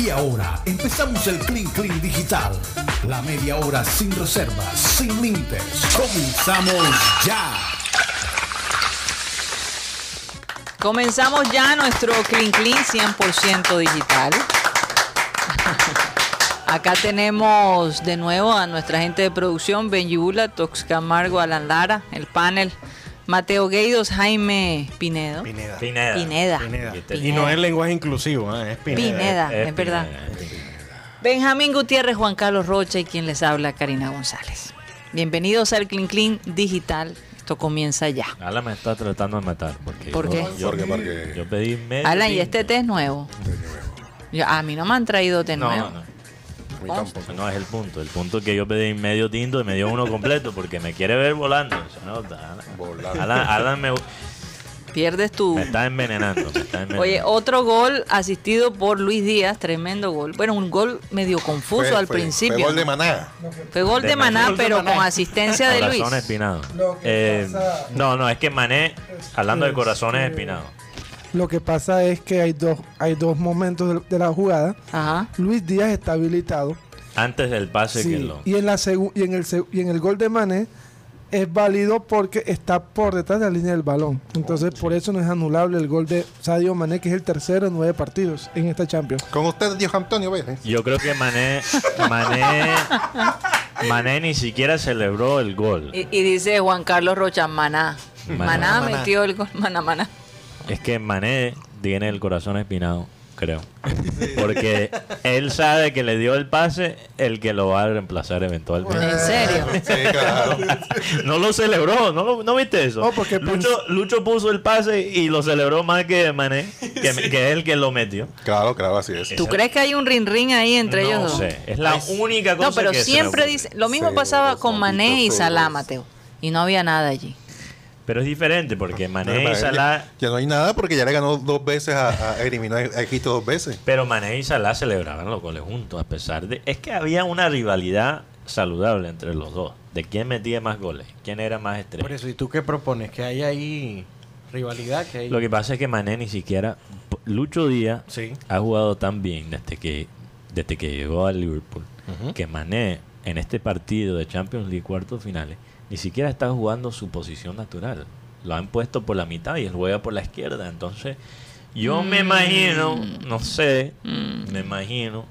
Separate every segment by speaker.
Speaker 1: Y ahora empezamos el Clean Clean Digital. La media hora sin reservas, sin límites. Comenzamos ya.
Speaker 2: Comenzamos ya nuestro Clean Clean 100% digital. Acá tenemos de nuevo a nuestra gente de producción, Benji Bula, Tox Camargo, Alan Lara, el panel, Mateo Gueidos, Jaime Pinedo.
Speaker 3: Pineda.
Speaker 4: Pineda.
Speaker 2: Pineda.
Speaker 3: Pineda.
Speaker 2: Pineda.
Speaker 3: Y no es lenguaje inclusivo, ¿eh? es Pineda.
Speaker 2: Pineda,
Speaker 4: Es
Speaker 2: Ah, es verdad.
Speaker 4: Pineda.
Speaker 2: Benjamín Gutiérrez, Juan Carlos Rocha y quien les habla, Karina González. Bienvenidos al Clean Clean Digital. Esto comienza ya.
Speaker 4: Alan me está tratando de matar. Porque
Speaker 2: ¿Por
Speaker 4: yo-
Speaker 2: qué?
Speaker 4: Yo,
Speaker 5: Porque, porque
Speaker 4: yo pedí medio.
Speaker 2: Alan, ¿y
Speaker 4: piña.
Speaker 2: este té es nuevo? Yo- a mí no me han traído té
Speaker 4: No,
Speaker 2: nuevo.
Speaker 4: no, no.
Speaker 5: a mí tampoco.
Speaker 4: No es el punto. El punto es que yo pedí medio tinto y me dio uno completo porque me quiere ver volando. O sea, no, Alan,
Speaker 5: Volando.
Speaker 4: Alan- Alan me,
Speaker 2: Pierdes tu...
Speaker 4: me está envenenando. me está envenenando.
Speaker 2: Oye, otro gol asistido por Luis Díaz, tremendo gol. Bueno, un gol medio confuso
Speaker 5: Fue-
Speaker 2: al
Speaker 5: fue-
Speaker 2: principio.
Speaker 5: Fue gol de maná.
Speaker 2: Fue gol de
Speaker 4: De
Speaker 2: Maná,
Speaker 4: Maná.
Speaker 2: pero con asistencia de Luis.
Speaker 4: Corazón espinado. Eh, no, no, es que Mané, hablando de corazones espinados.
Speaker 6: Lo que pasa es que hay dos, hay dos momentos de, de la jugada.
Speaker 2: Ajá.
Speaker 6: Luis Díaz está habilitado.
Speaker 4: Antes del pase
Speaker 6: Sí,
Speaker 4: que lo.
Speaker 6: y, en la segu- y, en el seg- y en el gol de Mané es válido porque está por detrás de la línea del balón. Entonces, por eso no es anulable el gol de Sadio Mané, que es el tercero en nueve partidos en esta Champions.
Speaker 5: Con usted, Dios Antonio Vélez.
Speaker 4: Yo creo que Mané, Mané, Mané ni siquiera celebró el gol.
Speaker 2: Y, y dice Juan Carlos Rocha, Maná.
Speaker 4: Maná.
Speaker 2: Maná,
Speaker 5: Maná.
Speaker 2: metió el gol, Maná, Maná.
Speaker 4: Es que Mané tiene el corazón espinado, creo. Porque él sabe que le dio el pase el que lo va a reemplazar eventualmente.
Speaker 2: ¿En serio?
Speaker 5: Sí, claro.
Speaker 4: No lo celebró, ¿no, lo- no viste eso?
Speaker 6: No, porque
Speaker 4: Lucho, Lucho puso el pase y lo celebró más que Mané, que, que es el que lo metió.
Speaker 5: Claro, claro, así es.
Speaker 2: ¿Tú crees que hay un ring ring ahí entre
Speaker 4: no
Speaker 2: ellos dos?
Speaker 4: sé, es la única cosa
Speaker 2: No, pero
Speaker 4: que se me
Speaker 2: siempre
Speaker 4: ocurre.
Speaker 2: dice, lo mismo
Speaker 5: Sí,
Speaker 2: pasaba
Speaker 5: los
Speaker 2: con Mané y
Speaker 5: malditos
Speaker 2: Salah,
Speaker 5: todos.
Speaker 2: Mateo. Y no había nada allí.
Speaker 4: Pero es diferente porque Mané y
Speaker 5: Ya-
Speaker 4: Salah...
Speaker 5: ya, no hay nada porque ya le ganó dos veces a, a eliminó a Egipto dos veces.
Speaker 4: Pero Mané y Salah celebraban los goles juntos, a pesar de... Es que había una rivalidad saludable entre los dos, de quién metía más goles, quién era más
Speaker 3: Por
Speaker 4: estrella.
Speaker 3: eso, ¿y tú qué propones? Que hay ahí rivalidad, que hay...
Speaker 4: Lo que pasa es que Mané ni siquiera... Lucho Díaz
Speaker 3: Sí.
Speaker 4: ha jugado tan bien desde que, desde que llegó al Liverpool, que Mané en este partido de Champions League cuartos finales ni siquiera está jugando su posición natural. Lo han puesto por la mitad y él juega por la izquierda. Entonces, yo me imagino, no sé, me imagino,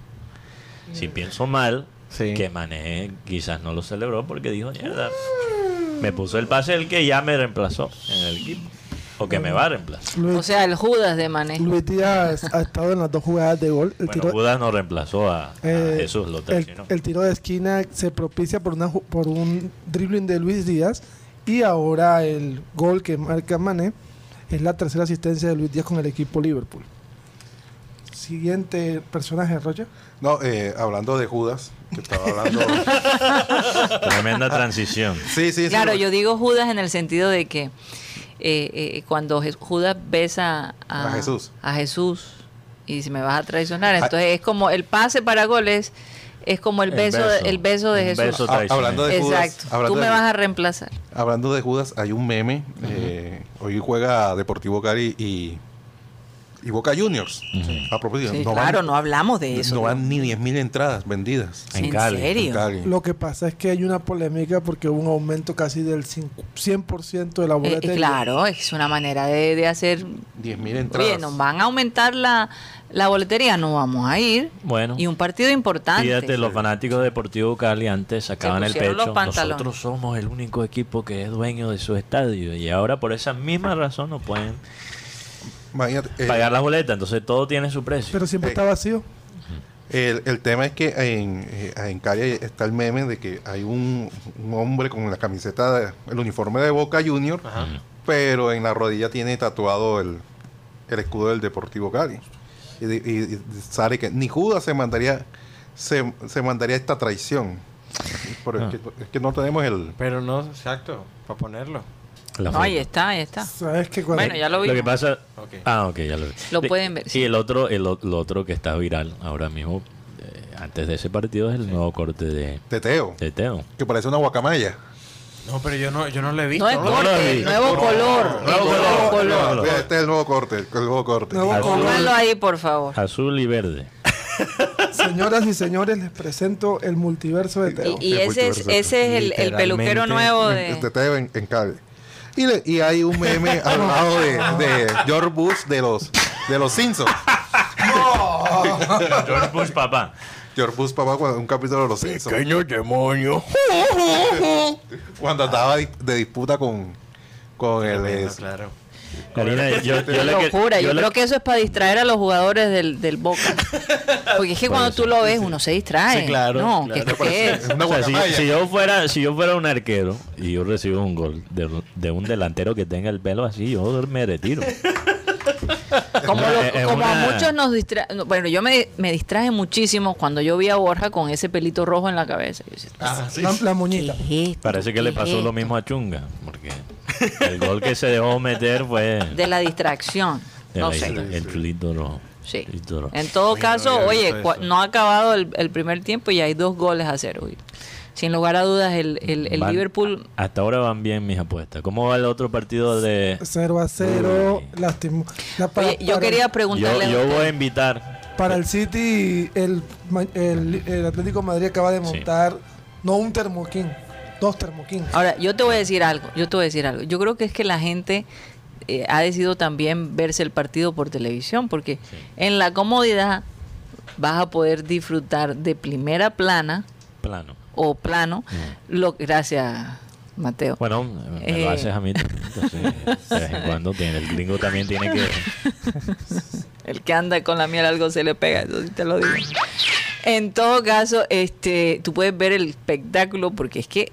Speaker 4: si pienso mal,
Speaker 3: Sí.
Speaker 4: que Mané quizás no lo celebró porque dijo, mierda, me puso el pase el que ya me reemplazó en el equipo. O que me va a reemplazar.
Speaker 6: Luis,
Speaker 2: O sea, el Judas de Mané.
Speaker 6: Luis Díaz ha estado en las dos jugadas de gol. El
Speaker 4: Bueno, Judas no reemplazó a, a
Speaker 6: eh,
Speaker 4: Ah, Jesús, lo
Speaker 6: el,
Speaker 4: traicionó.
Speaker 6: el tiro de esquina se propicia por, una, ju- por un dribbling de Luis Díaz y ahora el gol que marca Mané es la tercera asistencia de Luis Díaz con el equipo Liverpool. Siguiente personaje, Roger.
Speaker 5: No, eh, hablando de Judas, que estaba hablando.
Speaker 4: Tremenda transición.
Speaker 5: Sí, sí, sí.
Speaker 2: Claro, yo digo Judas en el sentido de que eh, eh, cuando Je- Judas besa a,
Speaker 5: A Jesús. Ah.
Speaker 2: a Jesús y dice, me vas a traicionar, entonces es como el pase para goles, es como el
Speaker 4: El
Speaker 2: beso,
Speaker 4: beso.
Speaker 2: el beso de
Speaker 4: Un
Speaker 2: Jesús.
Speaker 4: beso
Speaker 5: Ah, hablando de Judas.
Speaker 2: Exacto,
Speaker 5: hablando
Speaker 2: tú me
Speaker 5: de-
Speaker 2: vas a reemplazar.
Speaker 5: Hablando de Judas, hay un meme. eh, hoy juega Deportivo Cari y, y Boca Juniors. A propósito,
Speaker 2: Sí,
Speaker 5: no van-
Speaker 2: claro, no hablamos de eso.
Speaker 5: No van ni 10.000 entradas vendidas.
Speaker 4: En
Speaker 2: ¿En,
Speaker 4: Cali,
Speaker 2: serio? Eh,
Speaker 5: en Cali.
Speaker 6: Lo que pasa es que hay una polémica porque hubo un aumento casi del cincu- 100% de la
Speaker 2: Eh, eh,
Speaker 6: boleta.
Speaker 2: claro, es una manera de, de hacer...
Speaker 5: 10.000 entradas.
Speaker 2: Oye, nos van a aumentar la, la boletería, no vamos a ir.
Speaker 4: Bueno.
Speaker 2: Y un partido importante.
Speaker 4: Fíjate, los fanáticos de Deportivo Cali antes sacaban el
Speaker 2: pusieron
Speaker 4: pecho.
Speaker 2: los pantalones.
Speaker 4: Nosotros somos el único equipo que es dueño de su estadio y ahora por esa misma razón no pueden
Speaker 5: Imagínate, eh,
Speaker 4: pagar las boletas. Entonces todo tiene su precio.
Speaker 6: Pero siempre
Speaker 5: Sí.
Speaker 6: está vacío.
Speaker 5: El, el tema es que en, eh, en Cali está el meme de que hay un, un hombre con la camiseta, de- el uniforme de Boca Junior, pero en la rodilla tiene tatuado el, el escudo del Deportivo Cali. Y, di- y- y sale que ni Judas se mandaría se, se mandaría esta traición. Pero es, que, es que no tenemos el...
Speaker 3: Pero no, exacto, para ponerlo.
Speaker 4: La
Speaker 2: No, ahí
Speaker 4: foto.
Speaker 2: está, ahí está.
Speaker 6: Sabes que cuando
Speaker 2: Ah. Bueno, ya lo
Speaker 4: lo,
Speaker 2: vi.
Speaker 4: que pasa.
Speaker 3: Ok.
Speaker 4: Ah, ok, ya lo vi.
Speaker 2: Lo
Speaker 4: De-
Speaker 2: pueden ver, sí.
Speaker 4: Y el otro, el, o- lo otro que está viral ahora mismo, eh, antes de ese partido, es el nuevo corte de,
Speaker 5: Teteo.
Speaker 4: de Teo.
Speaker 5: Que parece una guacamaya.
Speaker 3: No, pero yo no, yo no lo he visto.
Speaker 2: No es
Speaker 3: ¿no?
Speaker 4: lo
Speaker 2: corte,
Speaker 4: vi.
Speaker 2: el nuevo color. el
Speaker 4: Nuevo color,
Speaker 2: nuevo color.
Speaker 4: nuevo color.
Speaker 5: Este es el nuevo corte. El nuevo corte.
Speaker 6: Nuevo
Speaker 4: Azul, Ah,
Speaker 2: Pónganlo ahí, por favor.
Speaker 4: azul y verde.
Speaker 6: Señoras y señores, les presento el multiverso de Teo.
Speaker 2: Y, y ese es, ese es el, el peluquero
Speaker 3: Literalmente,
Speaker 2: nuevo de...
Speaker 5: Este te en, en cable. Y, le- y hay un meme al lado de, de George Bush de los, de los Simpsons.
Speaker 4: George Bush, papá.
Speaker 5: George Bush papá cuando- un capítulo de los Simpsons.
Speaker 3: demonio.
Speaker 5: Cuando andaba di- de disputa con, con el ex-
Speaker 3: claro.
Speaker 4: Karina, yo, yo le que-
Speaker 2: locura. Yo,
Speaker 4: le-
Speaker 2: creo que eso es para distraer a los jugadores del, del Boca. Porque es que cuando tú lo ves, uno se distrae.
Speaker 4: Sí, claro,
Speaker 2: No,
Speaker 4: claro.
Speaker 2: ¿qué, qué es?
Speaker 5: Es una
Speaker 4: O sea, si,
Speaker 5: guacamaya.
Speaker 4: si yo fuera, si yo fuera un arquero y yo recibo un gol de, de un delantero que tenga el pelo así, yo me retiro.
Speaker 2: Como,
Speaker 4: No,
Speaker 2: lo-
Speaker 4: es- es
Speaker 2: como a
Speaker 4: una-
Speaker 2: muchos nos distrae. Bueno, yo me, me distraje muchísimo cuando yo vi a Borja con ese pelito rojo en la cabeza. Yo decía,
Speaker 3: Ah, sí.
Speaker 6: La, la
Speaker 2: ¿qué
Speaker 6: moñita.
Speaker 2: es esto?
Speaker 4: Parece que
Speaker 2: ¿Qué
Speaker 4: le
Speaker 2: es
Speaker 4: pasó
Speaker 2: esto?
Speaker 4: lo mismo a Chunga, porque el gol que se dejó meter fue
Speaker 2: De la distracción.
Speaker 4: de
Speaker 2: no
Speaker 4: la-
Speaker 2: sé. Eh.
Speaker 4: el chulito rojo.
Speaker 2: Sí.
Speaker 4: Chulito rojo.
Speaker 2: En todo
Speaker 3: Uy, no
Speaker 2: caso,
Speaker 3: había
Speaker 2: oye,
Speaker 3: visto
Speaker 2: cua-
Speaker 3: eso.
Speaker 2: no ha acabado el, el primer tiempo y hay dos goles a cero. Y sin lugar a dudas, el, el- el
Speaker 4: Van-
Speaker 2: Liverpool.
Speaker 4: Hasta ahora van bien mis apuestas. ¿Cómo va el otro partido de...?
Speaker 6: 0 a 0,
Speaker 4: Uy.
Speaker 6: lastimo. La- para-
Speaker 2: Oye, yo
Speaker 6: para-
Speaker 2: quería
Speaker 4: Yo,
Speaker 2: preguntarle. a
Speaker 4: yo
Speaker 2: usted.
Speaker 4: voy a invitar...
Speaker 6: Para el City, el, ma- el- el Atlético de Madrid acaba de montar no un termoquín, dos termoquín.
Speaker 2: Ahora, yo te voy a decir algo, yo te voy a decir algo. Yo creo que es que la gente eh, ha decidido también verse el partido por televisión, porque en la comodidad vas a poder disfrutar de primera plana
Speaker 4: Plano.
Speaker 2: o plano.
Speaker 4: Mm.
Speaker 2: Lo, gracias, Mateo.
Speaker 4: Bueno, me
Speaker 2: Eh.
Speaker 4: lo haces a mí. también, entonces, de vez en cuando tiene- el gringo también tiene que...
Speaker 2: El que anda con la miel algo se le pega, eso sí te lo digo. En todo caso, este, tú puedes ver el espectáculo porque es que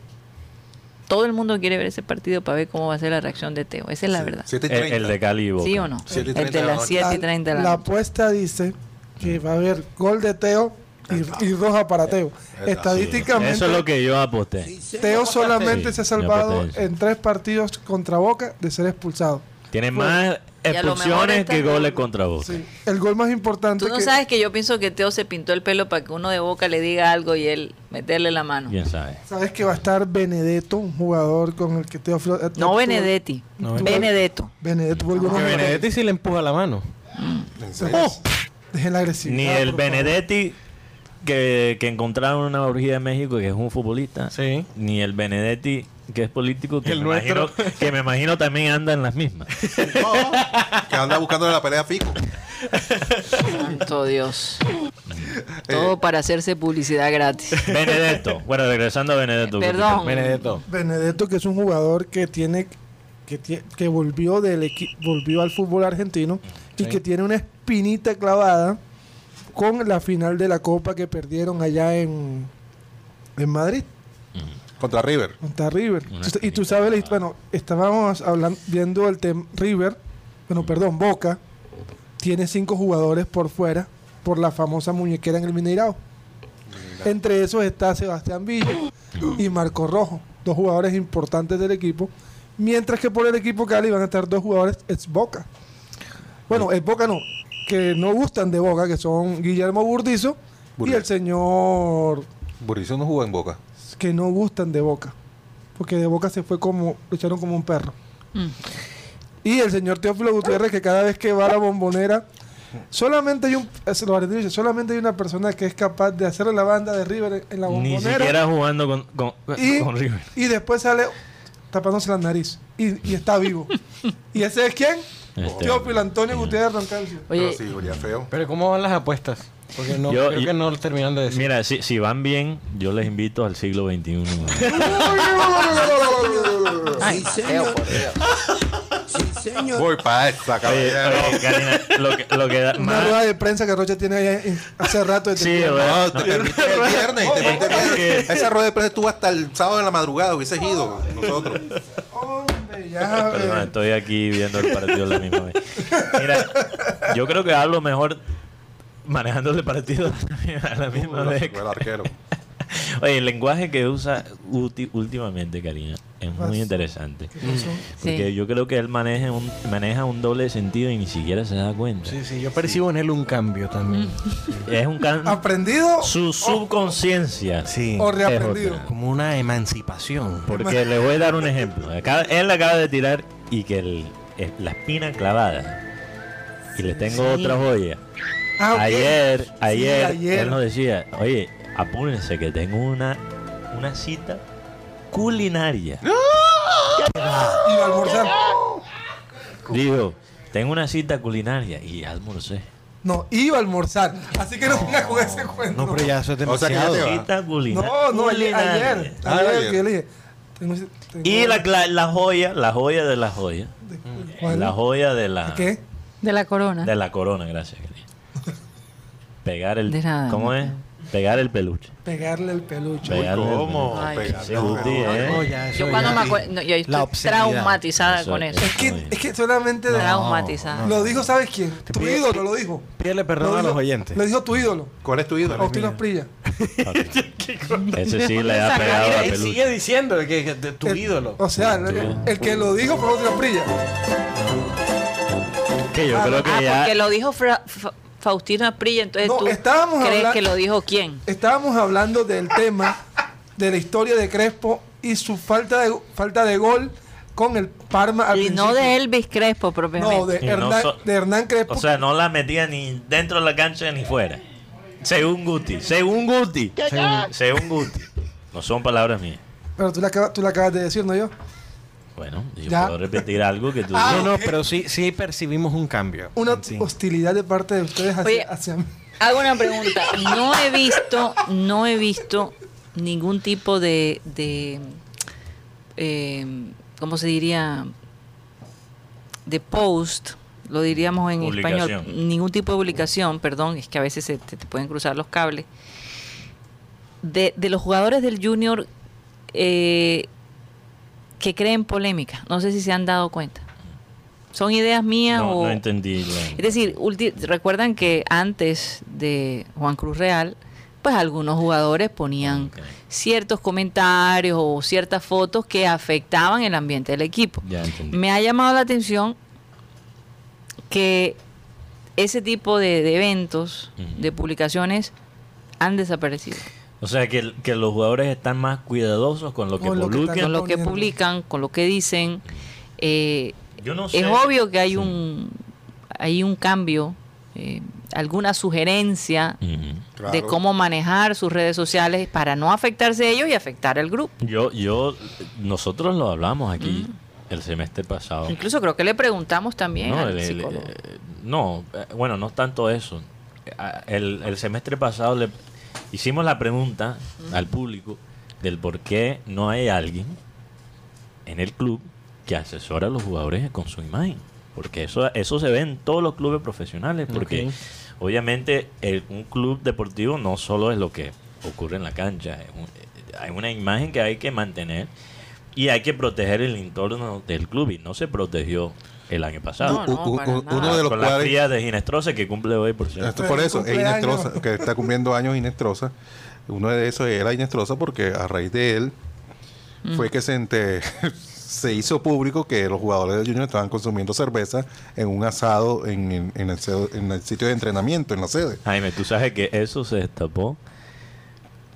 Speaker 2: todo el mundo quiere ver ese partido para ver cómo va a ser la reacción de Teo. Esa es la verdad.
Speaker 5: Siete y
Speaker 4: El,
Speaker 5: treinta.
Speaker 4: el de Cali y Boca.
Speaker 2: ¿Sí o no?
Speaker 5: Siete y
Speaker 2: el
Speaker 5: treinta
Speaker 2: de
Speaker 5: de la
Speaker 2: las
Speaker 5: noche.
Speaker 2: 7 y 30 de la
Speaker 6: La
Speaker 2: noche.
Speaker 6: apuesta dice que va a haber gol de Teo y, y roja para Teo. Estadísticamente,
Speaker 4: Eso es lo que yo aposté.
Speaker 6: Teo solamente se ha salvado
Speaker 4: aposté eso.
Speaker 6: en tres partidos contra Boca de ser expulsado.
Speaker 4: Tiene más
Speaker 2: y a lo mejor
Speaker 4: expulsiones
Speaker 2: está
Speaker 4: que
Speaker 2: el
Speaker 4: goles
Speaker 2: gol.
Speaker 4: contra vos.
Speaker 6: Sí. El gol más importante
Speaker 2: Tú no
Speaker 6: que-
Speaker 2: sabes que yo pienso que Teo se pintó el pelo para que uno de boca le diga algo y él meterle la mano.
Speaker 4: ¿Quién sabe?
Speaker 6: sabes que va a estar Benedetto, un jugador con el que Teo Flo-
Speaker 2: No
Speaker 6: tuvo-
Speaker 2: Benedetti,
Speaker 3: No,
Speaker 2: Benedetto.
Speaker 6: Benedetto vuelve
Speaker 3: Que
Speaker 6: uno-
Speaker 3: Benedetti sí le empuja la mano.
Speaker 5: ¿En serio?
Speaker 6: ¡Oh! Dejen la agresividad.
Speaker 4: Ni el
Speaker 6: por favor.
Speaker 4: Benedetti que, que encontraron en una orgía de México, que es un futbolista.
Speaker 3: Sí.
Speaker 4: Ni el Benedetti que es político, que,
Speaker 3: El
Speaker 4: me imagino,
Speaker 3: nuestro.
Speaker 4: que me imagino también anda en las mismas.
Speaker 5: que anda buscando la pelea a Fico.
Speaker 2: Santo Dios.
Speaker 5: Eh.
Speaker 2: Todo para hacerse publicidad gratis.
Speaker 4: Benedetto. Bueno, regresando a Benedetto.
Speaker 2: Perdón.
Speaker 3: Benedetto.
Speaker 6: Benedetto, que es un jugador que tiene que, tie- que volvió del equi- volvió al fútbol argentino y que tiene una espinita clavada con la final de la Copa que perdieron allá en, en Madrid
Speaker 5: Contra River.
Speaker 6: contra River.
Speaker 4: Una
Speaker 6: Entonces, y tú
Speaker 4: espinita
Speaker 6: sabes, la hist-
Speaker 4: clavada.
Speaker 6: bueno, estábamos hablando viendo el tema River, bueno, perdón, Boca tiene cinco jugadores por fuera por la famosa muñequera en el Mineirao. Entre esos está Sebastián Villa y Marco Rojo, dos jugadores importantes del equipo, mientras que por el equipo Cali van a estar dos jugadores ex Boca. Bueno, ex Boca no, que no gustan de Boca, que son Guillermo Burdizo y
Speaker 5: Burdizo.
Speaker 6: el señor
Speaker 5: Burricio no jugó en Boca.
Speaker 6: que no gustan de Boca. Porque de Boca se fue como, lo echaron como un perro. Y el señor Teófilo Gutiérrez, que cada vez que va a la bombonera, solamente hay un, es lo argentino dice, solamente hay una persona que es capaz de hacerle la banda de River en, en la
Speaker 4: Ni
Speaker 6: bombonera.
Speaker 4: siquiera jugando con, con,
Speaker 6: y,
Speaker 4: con River.
Speaker 6: y después sale tapándose la nariz. Y, y está vivo. ¿Y ese es quién?
Speaker 4: Este.
Speaker 6: Teófilo Antonio Gutiérrez Roncancio.
Speaker 5: Pero
Speaker 2: Oye,
Speaker 5: sí, olía feo.
Speaker 3: Pero ¿cómo van las apuestas? Porque no,
Speaker 4: Yo-
Speaker 3: creo
Speaker 4: yo-
Speaker 3: que no lo terminan de decir.
Speaker 4: Mira, si, si van bien, yo les invito al siglo XXI.
Speaker 2: ay, Teo, por Dios.
Speaker 5: Voy para esta,
Speaker 4: Oye,
Speaker 5: caballero.
Speaker 4: oye, Karina, lo que, lo que da
Speaker 6: Una
Speaker 4: más-
Speaker 6: rueda de prensa que Rocha tiene allá en- hace rato. desde
Speaker 4: Sí,
Speaker 6: que-
Speaker 4: oye,
Speaker 5: No, te perdiste el viernes. te perdiste el viernes.
Speaker 4: que-
Speaker 5: Esa rueda de prensa estuvo hasta el sábado en la madrugada. Hubieses ido nosotros.
Speaker 6: Hombre, ya,
Speaker 4: Perdón,
Speaker 6: eh.
Speaker 4: estoy aquí viendo el partido a la misma vez. Mira, yo creo que hablo mejor manejando el partido a la misma
Speaker 5: Bueno,
Speaker 4: vez.
Speaker 5: fue el arquero.
Speaker 4: Oye, el lenguaje que usa ulti- últimamente, Karina, es
Speaker 6: Vas.
Speaker 4: muy interesante. Porque
Speaker 2: Sí.
Speaker 4: yo creo que él maneja un, maneja un doble sentido y ni siquiera se da cuenta.
Speaker 3: Sí, sí, yo percibo en él un cambio también.
Speaker 2: Mm.
Speaker 4: Es un
Speaker 6: Ah,
Speaker 4: can...
Speaker 6: ¿Aprendido
Speaker 4: Su subconsciencia.
Speaker 3: Sí.
Speaker 6: o reaprendido?
Speaker 4: Es otra.
Speaker 3: Como una emancipación.
Speaker 4: Porque le voy a dar un ejemplo. Acá- él la acaba de tirar y que el- el- la espina clavada. Y le tengo otra joya.
Speaker 6: Ah, ok.
Speaker 4: Ayer, ayer,
Speaker 6: ayer.
Speaker 4: él nos decía, oye, apúrense que tengo una, una cita culinaria.
Speaker 6: Y va a almorzar.
Speaker 4: Digo, tengo una cita culinaria y almorcé.
Speaker 6: No, iba a almorzar. Así que no venga con ese cuento.
Speaker 3: No, pero ya eso es
Speaker 5: O sea que ya
Speaker 3: demasiado.
Speaker 5: te va.
Speaker 4: Cita culina-
Speaker 6: Ah. No, no, ayer.
Speaker 4: culinaria.
Speaker 6: Ayer,
Speaker 5: Ah,
Speaker 6: ayer
Speaker 5: ayer.
Speaker 6: que yo le dije. tengo- tengo-
Speaker 4: Y la, cla- la joya, la joya de la joya.
Speaker 6: ¿cuál?
Speaker 4: La joya de la,
Speaker 6: ¿Qué?
Speaker 2: De la corona.
Speaker 4: de la corona, gracias. querida. Pegar el...
Speaker 2: De nada,
Speaker 4: ¿Cómo
Speaker 2: no
Speaker 4: es? Pegar el peluche.
Speaker 6: Pegarle el peluche.
Speaker 5: Uy,
Speaker 4: Pegarle el
Speaker 5: ¿Cómo?
Speaker 2: Ay,
Speaker 5: Pegarle.
Speaker 4: Sí, Guti, ¿eh?
Speaker 3: No, ya eso
Speaker 2: yo cuando
Speaker 3: ya-
Speaker 2: me acuerdo, no, yo estoy
Speaker 3: La obscenidad.
Speaker 2: traumatizada
Speaker 4: Eso
Speaker 2: con
Speaker 4: es-
Speaker 2: eso.
Speaker 6: Es que, es que solamente. de-
Speaker 2: traumatizada.
Speaker 6: Lo dijo, ¿sabes quién?
Speaker 3: Te
Speaker 6: Tu
Speaker 3: pide-
Speaker 6: ídolo lo dijo.
Speaker 3: Pídele
Speaker 6: Lo
Speaker 3: perdón a
Speaker 6: dijo-
Speaker 3: los oyentes.
Speaker 6: Lo dijo tu ídolo.
Speaker 5: ¿Cuál es tu ídolo?
Speaker 6: Faustino Prilla.
Speaker 4: Ese sí le ha
Speaker 2: Saca-
Speaker 4: pegado a
Speaker 2: Mira,
Speaker 4: peluche.
Speaker 3: diciendo que, que de tu
Speaker 6: El- O sea, el, el que lo dijo fue Faustino Prilla.
Speaker 4: Que yo creo que
Speaker 2: ah,
Speaker 4: ya...
Speaker 2: porque lo dijo Fra- Fa- Faustino Aprilla, entonces
Speaker 6: No,
Speaker 2: tú
Speaker 6: estábamos
Speaker 2: crees
Speaker 6: habla-
Speaker 2: que lo dijo quién.
Speaker 6: Estábamos hablando del tema de la historia de Crespo y su falta de, falta de gol con el Parma al
Speaker 2: Y no
Speaker 6: principio.
Speaker 2: de Elvis Crespo propiamente.
Speaker 6: No, de,
Speaker 4: Y no
Speaker 6: Hernán,
Speaker 4: so-
Speaker 6: de Hernán Crespo.
Speaker 4: O sea, no la metía ni dentro de la cancha ni fuera. Según Guti. Según Guti. Según, según Guti. No son palabras mías.
Speaker 6: pero tú la, acabas- tú la acabas de decir, ¿no yo?
Speaker 4: Bueno, yo
Speaker 6: Ya.
Speaker 4: puedo repetir algo que tú
Speaker 6: Ah,
Speaker 3: No,
Speaker 4: dices.
Speaker 3: no, pero sí, sí percibimos un cambio.
Speaker 6: Una
Speaker 3: Sí.
Speaker 6: hostilidad de parte de ustedes hacia,
Speaker 2: Oye.
Speaker 6: hacia mí.
Speaker 2: Hago una pregunta. No he visto, no he visto ningún tipo de, de eh, ¿cómo se diría? De post, lo diríamos en español,
Speaker 4: Publicación.
Speaker 2: ningún tipo de publicación, perdón, es que a veces se te, te pueden cruzar los cables, de, de los jugadores del junior eh, que creen polémica. No sé si se han dado cuenta. ¿Son ideas mías
Speaker 4: No,
Speaker 2: o...?
Speaker 4: no entendí. la-
Speaker 2: Es decir, ulti- recuerdan que antes de Juan Cruz Real, pues algunos jugadores ponían
Speaker 4: Ok.
Speaker 2: ciertos comentarios o ciertas fotos que afectaban el ambiente del equipo.
Speaker 4: Ya entendí.
Speaker 2: Me ha llamado la atención que ese tipo de, de eventos,
Speaker 4: Ujú.
Speaker 2: de publicaciones, han desaparecido.
Speaker 4: O sea, que, que los jugadores están más cuidadosos con lo que
Speaker 6: Con lo que
Speaker 4: publican.
Speaker 2: Con lo que
Speaker 6: poniendo.
Speaker 2: publican, con lo que dicen. eh,
Speaker 4: Yo no
Speaker 2: es
Speaker 4: sé.
Speaker 2: obvio que hay
Speaker 4: Sí.
Speaker 2: un hay un cambio, eh, alguna sugerencia
Speaker 4: Ujú.
Speaker 2: de
Speaker 5: Claro.
Speaker 2: cómo manejar sus redes sociales para no afectarse ellos y afectar al grupo.
Speaker 4: Yo, yo, nosotros lo hablamos aquí el semestre pasado.
Speaker 2: Mm. Incluso creo que le preguntamos también
Speaker 4: No,
Speaker 2: al
Speaker 4: el- el-
Speaker 2: psicólogo.
Speaker 4: eh, no, eh, bueno, no es tanto eso. Eh, ah, El, el semestre pasado le hicimos la pregunta
Speaker 2: Mm.
Speaker 4: al público del por qué no hay alguien en el club que asesora a los jugadores con su imagen. Porque eso, eso se ve en todos los clubes profesionales. Porque
Speaker 3: Ok.
Speaker 4: obviamente el- un club deportivo no solo es lo que ocurre en la cancha. es un- hay una imagen que hay que mantener y hay que proteger el entorno del club. Y no se protegió el año
Speaker 2: No,
Speaker 4: pasado.
Speaker 2: no, para nada.
Speaker 5: uno de los
Speaker 4: Con la
Speaker 5: cuales
Speaker 4: tía de Ginestrosa que cumple hoy, por cierto.
Speaker 5: Esto por
Speaker 6: Feliz
Speaker 5: eso, es
Speaker 6: cumpleaños.
Speaker 5: Inestrosa, que está cumpliendo años Inestrosa. Uno de esos era Inestrosa porque a raíz de él
Speaker 2: Mm.
Speaker 5: fue que se, ente- se hizo público que los jugadores del Junior estaban consumiendo cerveza en un asado en, en- en el, sed- en el sitio de entrenamiento, en la sede.
Speaker 4: Jaime, tú sabes que eso se destapó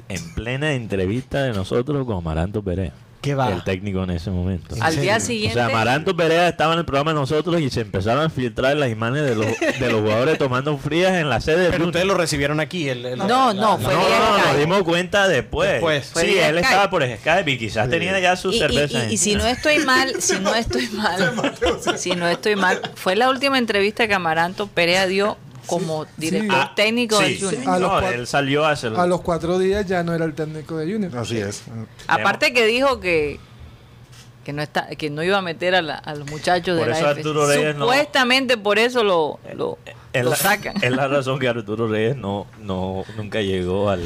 Speaker 4: en plena entrevista de nosotros con Amaranto Perea.
Speaker 3: ¿Qué va?
Speaker 4: El técnico en ese momento.
Speaker 2: Al día
Speaker 4: O
Speaker 2: siguiente,
Speaker 4: sea, Amaranto Perea estaba en el programa de nosotros y se empezaron a filtrar las imágenes de los, de los jugadores tomando frías en la sede del
Speaker 3: Pero ustedes
Speaker 4: Junior.
Speaker 3: lo recibieron aquí. El, el-
Speaker 2: No, no, fue
Speaker 4: No,
Speaker 2: vía
Speaker 4: no,
Speaker 2: Skype.
Speaker 4: nos dimos cuenta después.
Speaker 3: Después.
Speaker 2: Fue
Speaker 4: Sí,
Speaker 2: vía
Speaker 4: él
Speaker 2: Skype.
Speaker 4: estaba por Skype y quizás tenía ya su
Speaker 2: y, y-
Speaker 4: cerveza.
Speaker 2: y- y si no
Speaker 4: encima.
Speaker 2: estoy mal, si no estoy mal, si no estoy mal, fue la última entrevista que Amaranto Perea dio como director
Speaker 4: Ah,
Speaker 2: técnico
Speaker 4: sí,
Speaker 2: del Junior.
Speaker 4: no,
Speaker 6: A los cuatro-
Speaker 4: él salió a hacerlo.
Speaker 6: A los cuatro días ya no era el técnico de Junior.
Speaker 5: Así es.
Speaker 2: Aparte que dijo que que no está que no iba a meter a, la- a los muchachos
Speaker 4: Por
Speaker 2: de
Speaker 4: eso
Speaker 2: la AFC.
Speaker 4: Arturo Reyes no-
Speaker 2: Supuestamente por eso lo, lo,
Speaker 4: Es
Speaker 2: lo
Speaker 4: la,
Speaker 2: sacan.
Speaker 4: es la razón que Arturo Reyes no, no nunca llegó al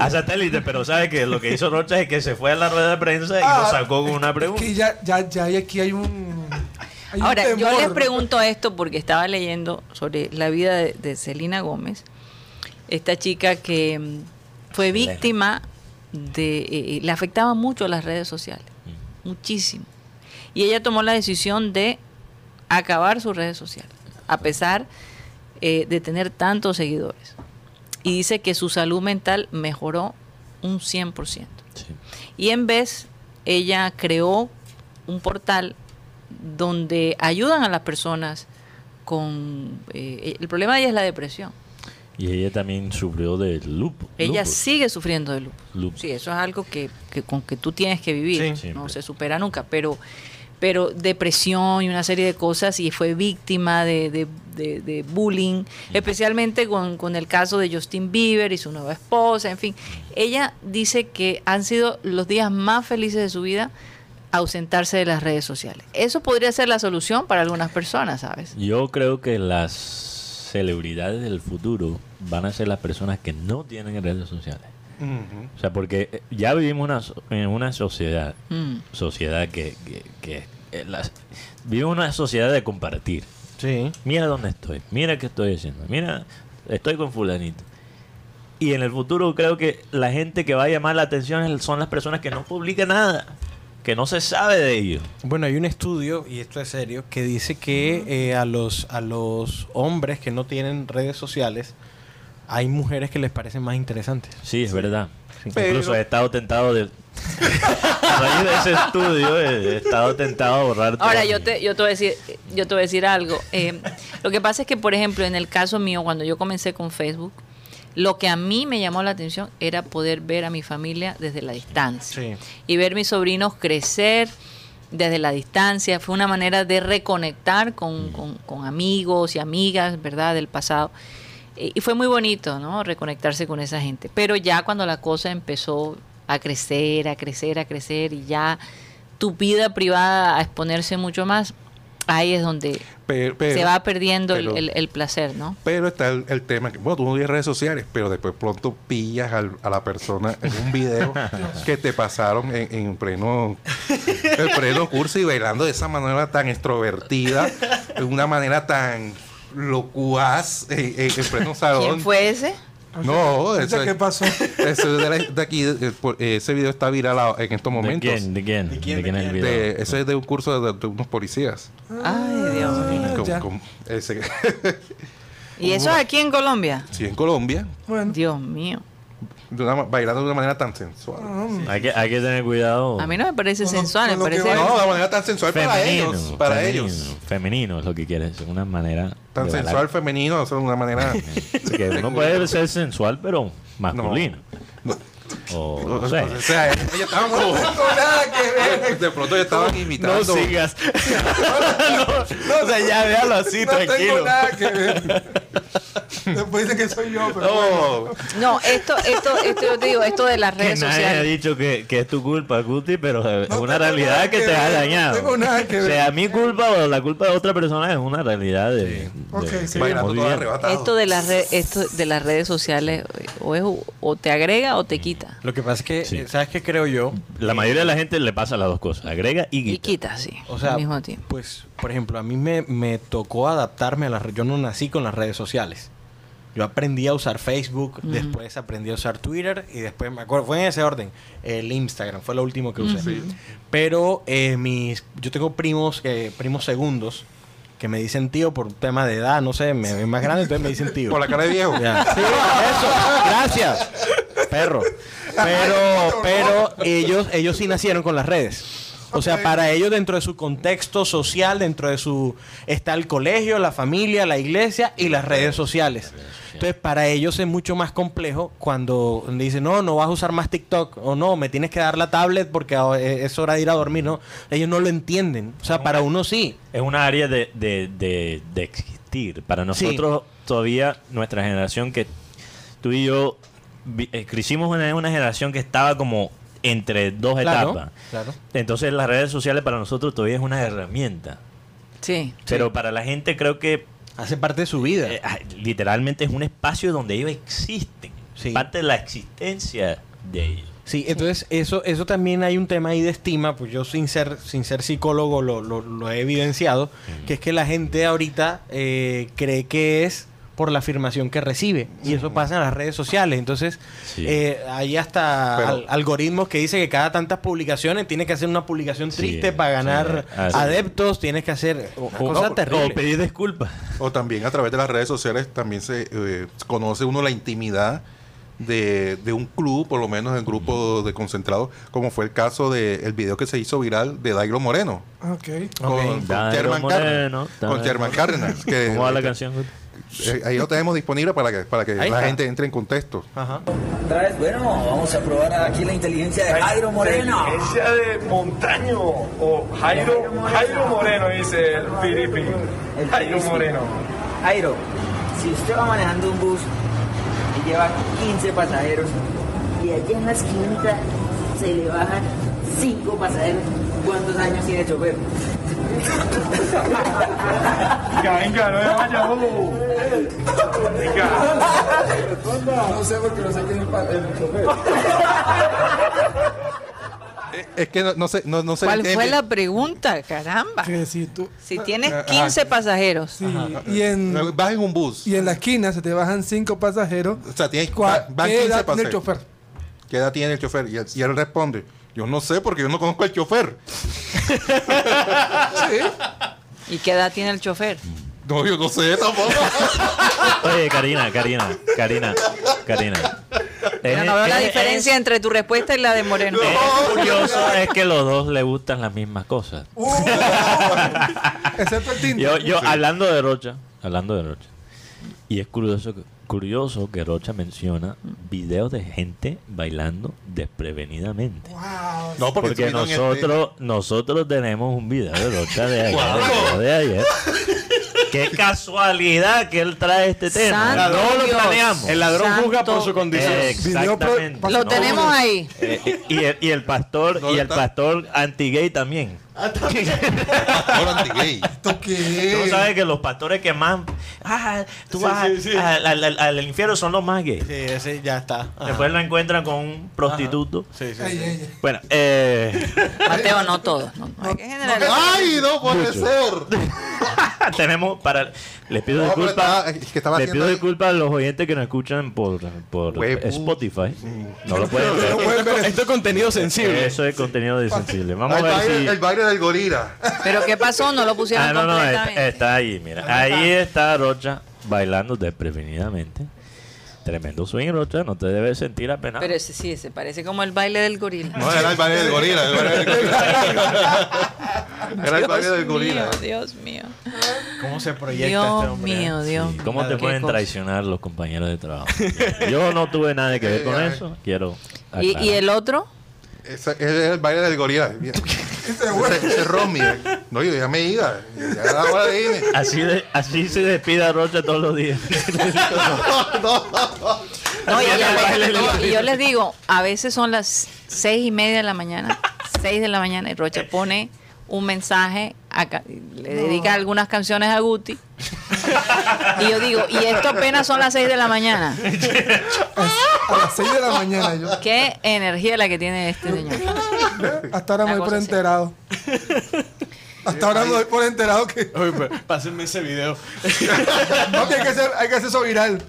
Speaker 4: a satélite, pero sabe que lo que hizo Rocha es que se fue a la rueda de prensa y
Speaker 6: Ah,
Speaker 4: lo sacó con una
Speaker 6: Es
Speaker 4: pregunta.
Speaker 6: que ya, ya, ya hay aquí hay un. hay un
Speaker 2: Ahora, yo
Speaker 6: temor.
Speaker 2: les pregunto esto porque estaba leyendo sobre la vida de, de Celina Gómez, esta chica que mm, fue
Speaker 4: Selena.
Speaker 2: víctima de... eh, le afectaba mucho las redes sociales, muchísimo. Y ella tomó la decisión de acabar sus redes sociales, a pesar eh, de tener tantos seguidores. Y dice que su salud mental mejoró un 100%.
Speaker 4: Sí.
Speaker 2: Y en vez, ella creó un portal donde ayudan a las personas con... eh, el problema de ella es la depresión.
Speaker 4: Y ella también sufrió de lupo.
Speaker 2: Ella
Speaker 4: lupus.
Speaker 2: sigue sufriendo de lupus.
Speaker 4: Lupus.
Speaker 2: Sí, eso es algo que, que con que tú tienes que vivir,
Speaker 4: Sí.
Speaker 2: no
Speaker 4: Siempre.
Speaker 2: se supera nunca, pero pero depresión y una serie de cosas y fue víctima de, de- de- de bullying, especialmente con, con el caso de Justin Bieber y su nueva esposa, en fin. Ella dice que han sido los días más felices de su vida ausentarse de las redes sociales. Eso podría ser la solución para algunas personas, ¿sabes?
Speaker 4: Yo creo que las celebridades del futuro van a ser las personas que no tienen redes sociales.
Speaker 5: Ujú.
Speaker 4: O sea, porque eh, ya vivimos una so- en una sociedad,
Speaker 2: Mm.
Speaker 4: sociedad que, que, que, eh, las- vivimos una sociedad de compartir.
Speaker 3: Sí.
Speaker 4: Mira dónde estoy, mira qué estoy haciendo, mira, estoy con fulanito. Y en el futuro creo que la gente que va a llamar la atención es- son las personas que no publican nada, que no se sabe de ellos.
Speaker 3: Bueno, hay un estudio, y esto es serio, que dice que eh, a, los, a los hombres que no tienen redes sociales, hay mujeres que les parecen más interesantes.
Speaker 4: Sí, es verdad.
Speaker 5: Pero-
Speaker 4: Incluso he estado tentado de... A raíz de ese estudio he he estado tentado a borrar todo
Speaker 2: Ahora
Speaker 4: mi-
Speaker 2: yo te, yo te voy a decir, yo te voy a decir algo. Eh, lo que pasa es que, por ejemplo, en el caso mío, cuando yo comencé con Facebook, lo que a mí me llamó la atención era poder ver a mi familia desde la distancia
Speaker 3: Sí.
Speaker 2: y ver mis sobrinos crecer desde la distancia. Fue una manera de reconectar
Speaker 5: Mm.
Speaker 2: con, con- con amigos y amigas, ¿verdad?, del pasado. Eh, Y fue muy bonito, ¿no?, reconectarse con esa gente. Pero ya cuando la cosa empezó a crecer, a crecer, a crecer, y ya tu vida privada a exponerse mucho más, ahí es donde
Speaker 5: Pero, pero-
Speaker 2: se va perdiendo el-
Speaker 5: pero-
Speaker 2: el, el placer, ¿no?
Speaker 5: Pero está el, el tema que, bueno, tú no tienes redes sociales, pero después pronto pillas al- a la persona en un video que te pasaron en, en pleno, el pleno curso y bailando de esa manera tan extrovertida, de una manera tan locuaz eh, eh, en pleno salón.
Speaker 2: ¿Quién fue ese?
Speaker 5: No,
Speaker 6: Ahorita,
Speaker 5: eso,
Speaker 6: ¿Qué pasó?
Speaker 5: eso es de, la- de aquí, eh, por- eh, ese video está viral a- en estos
Speaker 4: ¿De
Speaker 5: momentos.
Speaker 4: quién? ¿De quién? ¿De quién, es el video?
Speaker 5: De- ese es de un curso de, de unos policías.
Speaker 2: Ay, Dios mío.
Speaker 6: Ah,
Speaker 5: Con-
Speaker 6: ya.
Speaker 5: con- ese-
Speaker 2: ¿Y eso es aquí en Colombia?
Speaker 5: sí, en Colombia,
Speaker 6: Bueno,
Speaker 2: Dios mío.
Speaker 5: de una ma- bailando de una manera tan sensual.
Speaker 4: Hay, que, hay que tener cuidado.
Speaker 2: A mí no me parece
Speaker 6: Con lo-
Speaker 2: sensual, me
Speaker 6: con lo que
Speaker 2: parece...
Speaker 6: va-
Speaker 5: No, de manera tan sensual para
Speaker 4: Femenino,
Speaker 5: ellos. Para
Speaker 4: femenino,
Speaker 5: ellos.
Speaker 4: Femenino es lo que quieres. Una manera.
Speaker 5: Tan
Speaker 4: de
Speaker 5: sensual,
Speaker 4: bailar.
Speaker 5: femenino, o sea, de una manera.
Speaker 4: Que uno puede ser sensual, pero masculino.
Speaker 5: No.
Speaker 4: O,
Speaker 5: o
Speaker 4: no sé.
Speaker 5: sea, ella estaba como. nada que ver. De pronto ya estaban imitando.
Speaker 4: sigas. no, o sea, ya déjalo así,
Speaker 6: no tengo nada que ver. Después dicen que soy yo, pero bueno.
Speaker 5: No,
Speaker 2: No, esto, esto, esto yo te digo, esto de las
Speaker 4: Que
Speaker 2: redes
Speaker 4: nadie ha
Speaker 2: sociales.
Speaker 4: dicho que, que es tu culpa, Guti, pero es
Speaker 6: No
Speaker 4: una
Speaker 6: tengo
Speaker 4: realidad
Speaker 6: nada
Speaker 4: que,
Speaker 6: que
Speaker 4: te ha
Speaker 6: ver, no
Speaker 4: dañado.
Speaker 6: tengo nada que
Speaker 4: o
Speaker 6: ver.
Speaker 4: sea, mi culpa o la culpa de otra persona es una realidad de. de-
Speaker 6: Ok,
Speaker 4: que
Speaker 6: sí.
Speaker 5: bailando
Speaker 4: estamos
Speaker 5: todo
Speaker 4: viviendo.
Speaker 5: arrebatado.
Speaker 2: Esto de las re- esto de las redes sociales o es o te agrega o te quita.
Speaker 3: Lo que pasa es que,
Speaker 4: Sí.
Speaker 3: eh, ¿sabes qué creo yo?
Speaker 4: La mayoría de la gente le pasa las dos cosas, agrega y
Speaker 2: Y
Speaker 4: quita.
Speaker 2: quita, sí.
Speaker 3: O sea,
Speaker 2: al mismo tiempo.
Speaker 3: pues, por ejemplo, a mí me, me tocó adaptarme a las re- Yo no nací con las redes sociales. Yo aprendí a usar Facebook,
Speaker 2: Ujú.
Speaker 3: después aprendí a usar Twitter y después, me acuerdo, fue en ese orden. El Instagram fue lo último que usé. Pero eh, mis, yo tengo primos, eh, primos segundos que me dicen tío por un tema de edad, no sé, me ven más grande, entonces me dicen tío.
Speaker 5: Por la cara de viejo.
Speaker 3: Ya. Sí, eso. Gracias. Perro. Pero, pero ellos, ellos sí nacieron con las redes. O sea, para ellos dentro de su contexto social, dentro de su... está el colegio, la familia, la iglesia y las redes sociales. Entonces, para ellos es mucho más complejo cuando le dicen, no, no vas a usar más TikTok o no, me tienes que dar la tablet porque ah, eh, es hora de ir a dormir, ¿no? Ellos no lo entienden. O sea, para uno sí.
Speaker 4: Es una área de, de, de, de existir. Para nosotros, todavía, nuestra generación que tú y yo vi- eh, crecimos en una generación que estaba como entre dos
Speaker 3: Claro,
Speaker 4: etapas.
Speaker 3: claro.
Speaker 4: Entonces, las redes sociales para nosotros todavía es una herramienta.
Speaker 2: Sí.
Speaker 4: Pero para la gente, creo que
Speaker 3: Hace parte de su vida.
Speaker 4: eh, ah, literalmente es un espacio donde ellos existen.
Speaker 3: Sí.
Speaker 4: Parte de la existencia de ellos.
Speaker 3: Sí, entonces eso, eso también hay un tema ahí de estima, pues yo sin ser, sin ser psicólogo lo, lo- lo he evidenciado, que es que la gente ahorita eh, cree que es por la afirmación que recibe. Y eso pasa en las redes sociales. Entonces,
Speaker 4: Sí.
Speaker 3: eh, hay hasta
Speaker 5: Pero-
Speaker 3: al- algoritmos que dice que cada tantas publicaciones tienes que hacer una publicación
Speaker 4: Sí,
Speaker 3: triste para ganar
Speaker 4: sí, así.
Speaker 3: adeptos, tienes que hacer una
Speaker 5: o-
Speaker 3: cosa
Speaker 5: o-
Speaker 4: O
Speaker 3: terrible.
Speaker 4: pedir disculpas.
Speaker 5: O también a través de las redes sociales también se eh, conoce uno la intimidad de, de un club, por lo menos el grupo de concentrados, como fue el caso del video que se hizo viral de Dairo Moreno.
Speaker 6: Ah, Ok.
Speaker 5: Con, con
Speaker 4: Dairo
Speaker 5: Sherman
Speaker 4: Moreno,
Speaker 5: Cárdenas. Con
Speaker 4: Dairo
Speaker 5: Sherman Cárdenas. Que, este,
Speaker 4: ¿Cómo va la canción? güey?
Speaker 5: eh, ahí lo tenemos disponible para que, para que la
Speaker 3: Ahí está.
Speaker 5: gente entre en contexto.
Speaker 3: Ajá.
Speaker 7: Otra vez, bueno, vamos a probar aquí la inteligencia de Jairo Moreno.
Speaker 8: Esa de Montaño o Jairo, Jairo Moreno, dice el Filipe.
Speaker 7: El
Speaker 8: Jairo
Speaker 7: Filipe.
Speaker 8: Moreno.
Speaker 7: Jairo, si usted va manejando un bus y lleva 15 pasajeros y allí en la esquinita se le bajan 5 pasajeros, ¿cuántos años tiene chofer?
Speaker 8: Venga, venga, no me vaya, bobo. Venga.
Speaker 5: Eh, Es que no, no sé, no, no sé.
Speaker 2: ¿Cuál
Speaker 5: qué-
Speaker 2: fue la pregunta? Caramba.
Speaker 6: Que si tú-
Speaker 2: Si tienes 15 pasajeros.
Speaker 6: sí, Y en,
Speaker 5: Vas en un bus.
Speaker 6: y en la esquina se te bajan cinco pasajeros.
Speaker 5: O sea, tienes,
Speaker 6: ¿Cuál-
Speaker 5: va- van
Speaker 6: qué
Speaker 5: 15
Speaker 6: edad tiene el
Speaker 5: pasajeros.
Speaker 6: chofer?
Speaker 5: ¿Qué edad tiene el chofer? Y él, y él responde, yo no sé porque yo no conozco al chofer.
Speaker 2: ¿Y qué edad tiene el chofer?
Speaker 5: No, yo no sé tampoco.
Speaker 4: Oye, Karina, Karina, Karina, Karina.
Speaker 2: Yo
Speaker 4: Es-
Speaker 2: no veo la
Speaker 4: es-
Speaker 2: diferencia entre tu respuesta y la de Moreno.
Speaker 4: es- es curioso es que los dos le gustan las mismas cosas.
Speaker 6: Uh. Excepto el Tinder.
Speaker 4: Yo, yo hablando de Rocha, hablando de Rocha. Y es curioso, que- curioso que Rocha menciona videos de gente bailando desprevenidamente.
Speaker 5: no,
Speaker 4: Porque
Speaker 5: estuvieron en este-
Speaker 4: nosotros, nosotros tenemos un video de Rocha de ayer. de- de ayer. Qué casualidad que él trae este tema.
Speaker 2: Santo
Speaker 4: no lo
Speaker 2: Dios.
Speaker 4: planeamos. Eh,
Speaker 3: El ladrón
Speaker 2: Santo-
Speaker 3: juzga por su condición.
Speaker 4: Exactamente.
Speaker 2: Lo
Speaker 4: No,
Speaker 2: tenemos
Speaker 4: no.
Speaker 2: ahí.
Speaker 4: Eh, y, el, y el pastor
Speaker 5: ¿Dónde
Speaker 4: y el
Speaker 5: está?
Speaker 4: pastor anti-gay también.
Speaker 5: este, Ahora anti-gay.
Speaker 4: Tú sabes que los pastores que más ah, tú vas
Speaker 3: sí, sí.
Speaker 4: Al, al- al- al infierno son los más gays.
Speaker 3: Sí, ese ya está. Ajá.
Speaker 4: Después lo encuentran con un prostituto.
Speaker 3: Sí, sí,
Speaker 6: Ay,
Speaker 3: sí.
Speaker 6: ay, ay.
Speaker 4: Bueno, eh,
Speaker 2: Mateo, no todos. No, no, hay que generalizar.
Speaker 5: ¡Ay, no puede ser!
Speaker 4: tenemos para les pido
Speaker 5: No, pero
Speaker 4: disculpas.
Speaker 5: estaba- es que estaba
Speaker 4: les pido
Speaker 5: haciendo ahí-
Speaker 4: disculpas a los oyentes que nos escuchan por, por
Speaker 5: Huevo.
Speaker 4: Spotify. No lo pueden ver.
Speaker 3: Esto, esto es contenido sensible.
Speaker 4: Eso es contenido de sensible. Vamos
Speaker 5: El
Speaker 4: a
Speaker 5: baile,
Speaker 4: ver
Speaker 5: el
Speaker 4: si
Speaker 5: baile del gorila.
Speaker 2: Pero ¿qué pasó? No lo pusieron
Speaker 4: Ah, no, no, está,
Speaker 2: completamente.
Speaker 4: está ahí, mira. Ahí está Rocha bailando desprevenidamente. Tremendo swing, Rocha, no te debes sentir apenado.
Speaker 2: Pero ese sí, se parece como el baile del gorila.
Speaker 5: No, era el baile del gorila. el baile del gorila. Era el
Speaker 2: Dios
Speaker 5: baile del
Speaker 2: mío,
Speaker 5: gorila.
Speaker 2: Dios mío.
Speaker 3: ¿Cómo se proyecta este
Speaker 2: Dios
Speaker 3: hombre?
Speaker 2: mío,
Speaker 4: Sí,
Speaker 2: Dios mío.
Speaker 4: ¿Cómo te
Speaker 2: Qué
Speaker 4: pueden
Speaker 2: cosa.
Speaker 4: traicionar los compañeros de trabajo? Yo no tuve nada que ver con eso. Quiero.
Speaker 2: ¿Y, y
Speaker 4: aclarar.
Speaker 2: el otro?
Speaker 5: Ese- ese Era el baile del gorila. Mira. Ese ese Romy. eh. No, yo ya me iba. Ya era hora de irme.
Speaker 4: Así, de- así se despide a Rocha todos los días.
Speaker 2: No, y,
Speaker 4: Así
Speaker 2: y-
Speaker 4: es el baile del
Speaker 2: y-
Speaker 4: gorila.
Speaker 2: y yo les digo, a veces son las seis y media de la mañana, seis de la mañana, y Rocha pone un mensaje, a Ca- le dedica algunas canciones a Guti. Y yo digo, y esto apenas son las seis de la mañana.
Speaker 6: A las 6 de la mañana yo.
Speaker 2: Qué energía la que tiene este señor.
Speaker 6: Hasta ahora
Speaker 2: Una
Speaker 6: me doy por
Speaker 2: cosa así.
Speaker 6: enterado. Hasta ahora me doy por enterado que
Speaker 3: Oye, pero pásenme ese video.
Speaker 6: no, que hay, que hacer, hay que hacer eso viral.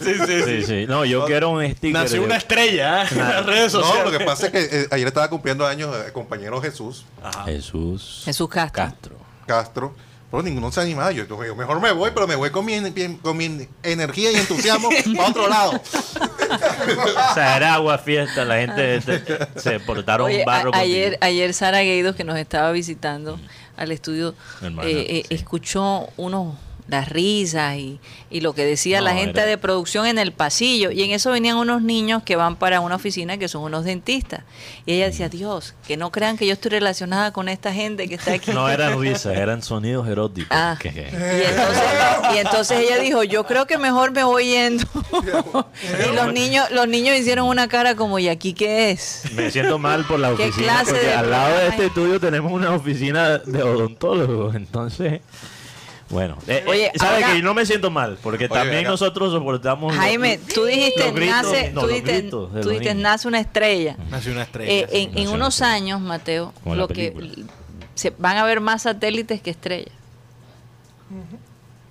Speaker 3: Sí, sí, sí.
Speaker 4: Sí, sí. No, yo quiero un sticker.
Speaker 3: Nació
Speaker 4: yo-
Speaker 3: una estrella ¿eh? en las redes
Speaker 5: No,
Speaker 3: sociales.
Speaker 5: lo que pasa es que eh, ayer estaba cumpliendo años eh, el compañero Jesús
Speaker 4: Jesús.
Speaker 2: Jesús Castro.
Speaker 4: Castro.
Speaker 5: Castro. Pero ninguno se animaba. Yo, yo mejor me voy, pero me voy con mi, en- con mi energía y entusiasmo para otro lado.
Speaker 4: O sea, era agua fiesta. La gente este, se portaron
Speaker 2: Oye,
Speaker 4: un barro.
Speaker 2: a-
Speaker 4: contigo.
Speaker 2: ayer, ayer Sara Gueidos, que nos estaba visitando al estudio,
Speaker 4: Hermana,
Speaker 2: eh, eh,
Speaker 4: Mm. sí.
Speaker 2: escuchó unos las risas y, y lo que decía
Speaker 4: No,
Speaker 2: la gente
Speaker 4: era-
Speaker 2: de producción en el pasillo. Y en eso venían unos niños que van para una oficina que son unos dentistas. Y ella
Speaker 4: Mm.
Speaker 2: decía, Dios, que no crean que yo estoy relacionada con esta gente que está aquí.
Speaker 4: No eran risas, eran sonidos eróticos.
Speaker 2: Ah.
Speaker 4: Que- que-
Speaker 2: Y entonces, y entonces ella dijo, yo creo que mejor me voy yendo. y los niños, los niños hicieron una cara como, ¿y aquí qué es?
Speaker 4: Me siento mal por la
Speaker 2: ¿Qué
Speaker 4: oficina
Speaker 2: clase
Speaker 4: porque
Speaker 2: de
Speaker 4: al lado de
Speaker 2: programa eh.
Speaker 4: este
Speaker 2: es?
Speaker 4: estudio tenemos una oficina de odontólogos, entonces bueno, eh, eh,
Speaker 2: Oye,
Speaker 4: sabe
Speaker 2: ahora-
Speaker 4: que no me siento mal porque
Speaker 5: Oye,
Speaker 4: también
Speaker 5: venga.
Speaker 4: nosotros soportamos los-
Speaker 2: Jaime, tú dijiste,
Speaker 4: los gritos-
Speaker 2: nace,
Speaker 4: no,
Speaker 2: tú
Speaker 4: los
Speaker 2: dijiste,
Speaker 4: gritos de
Speaker 2: tú
Speaker 4: los
Speaker 2: dijiste,
Speaker 4: niños.
Speaker 2: nace una estrella.
Speaker 3: Nació una
Speaker 2: Eh,
Speaker 3: estrella. sí.
Speaker 2: en, en
Speaker 4: nace una
Speaker 2: unos
Speaker 4: estrella.
Speaker 2: años, Mateo,
Speaker 4: Como la
Speaker 2: lo que
Speaker 4: película.
Speaker 2: se, van a ver más satélites que estrellas.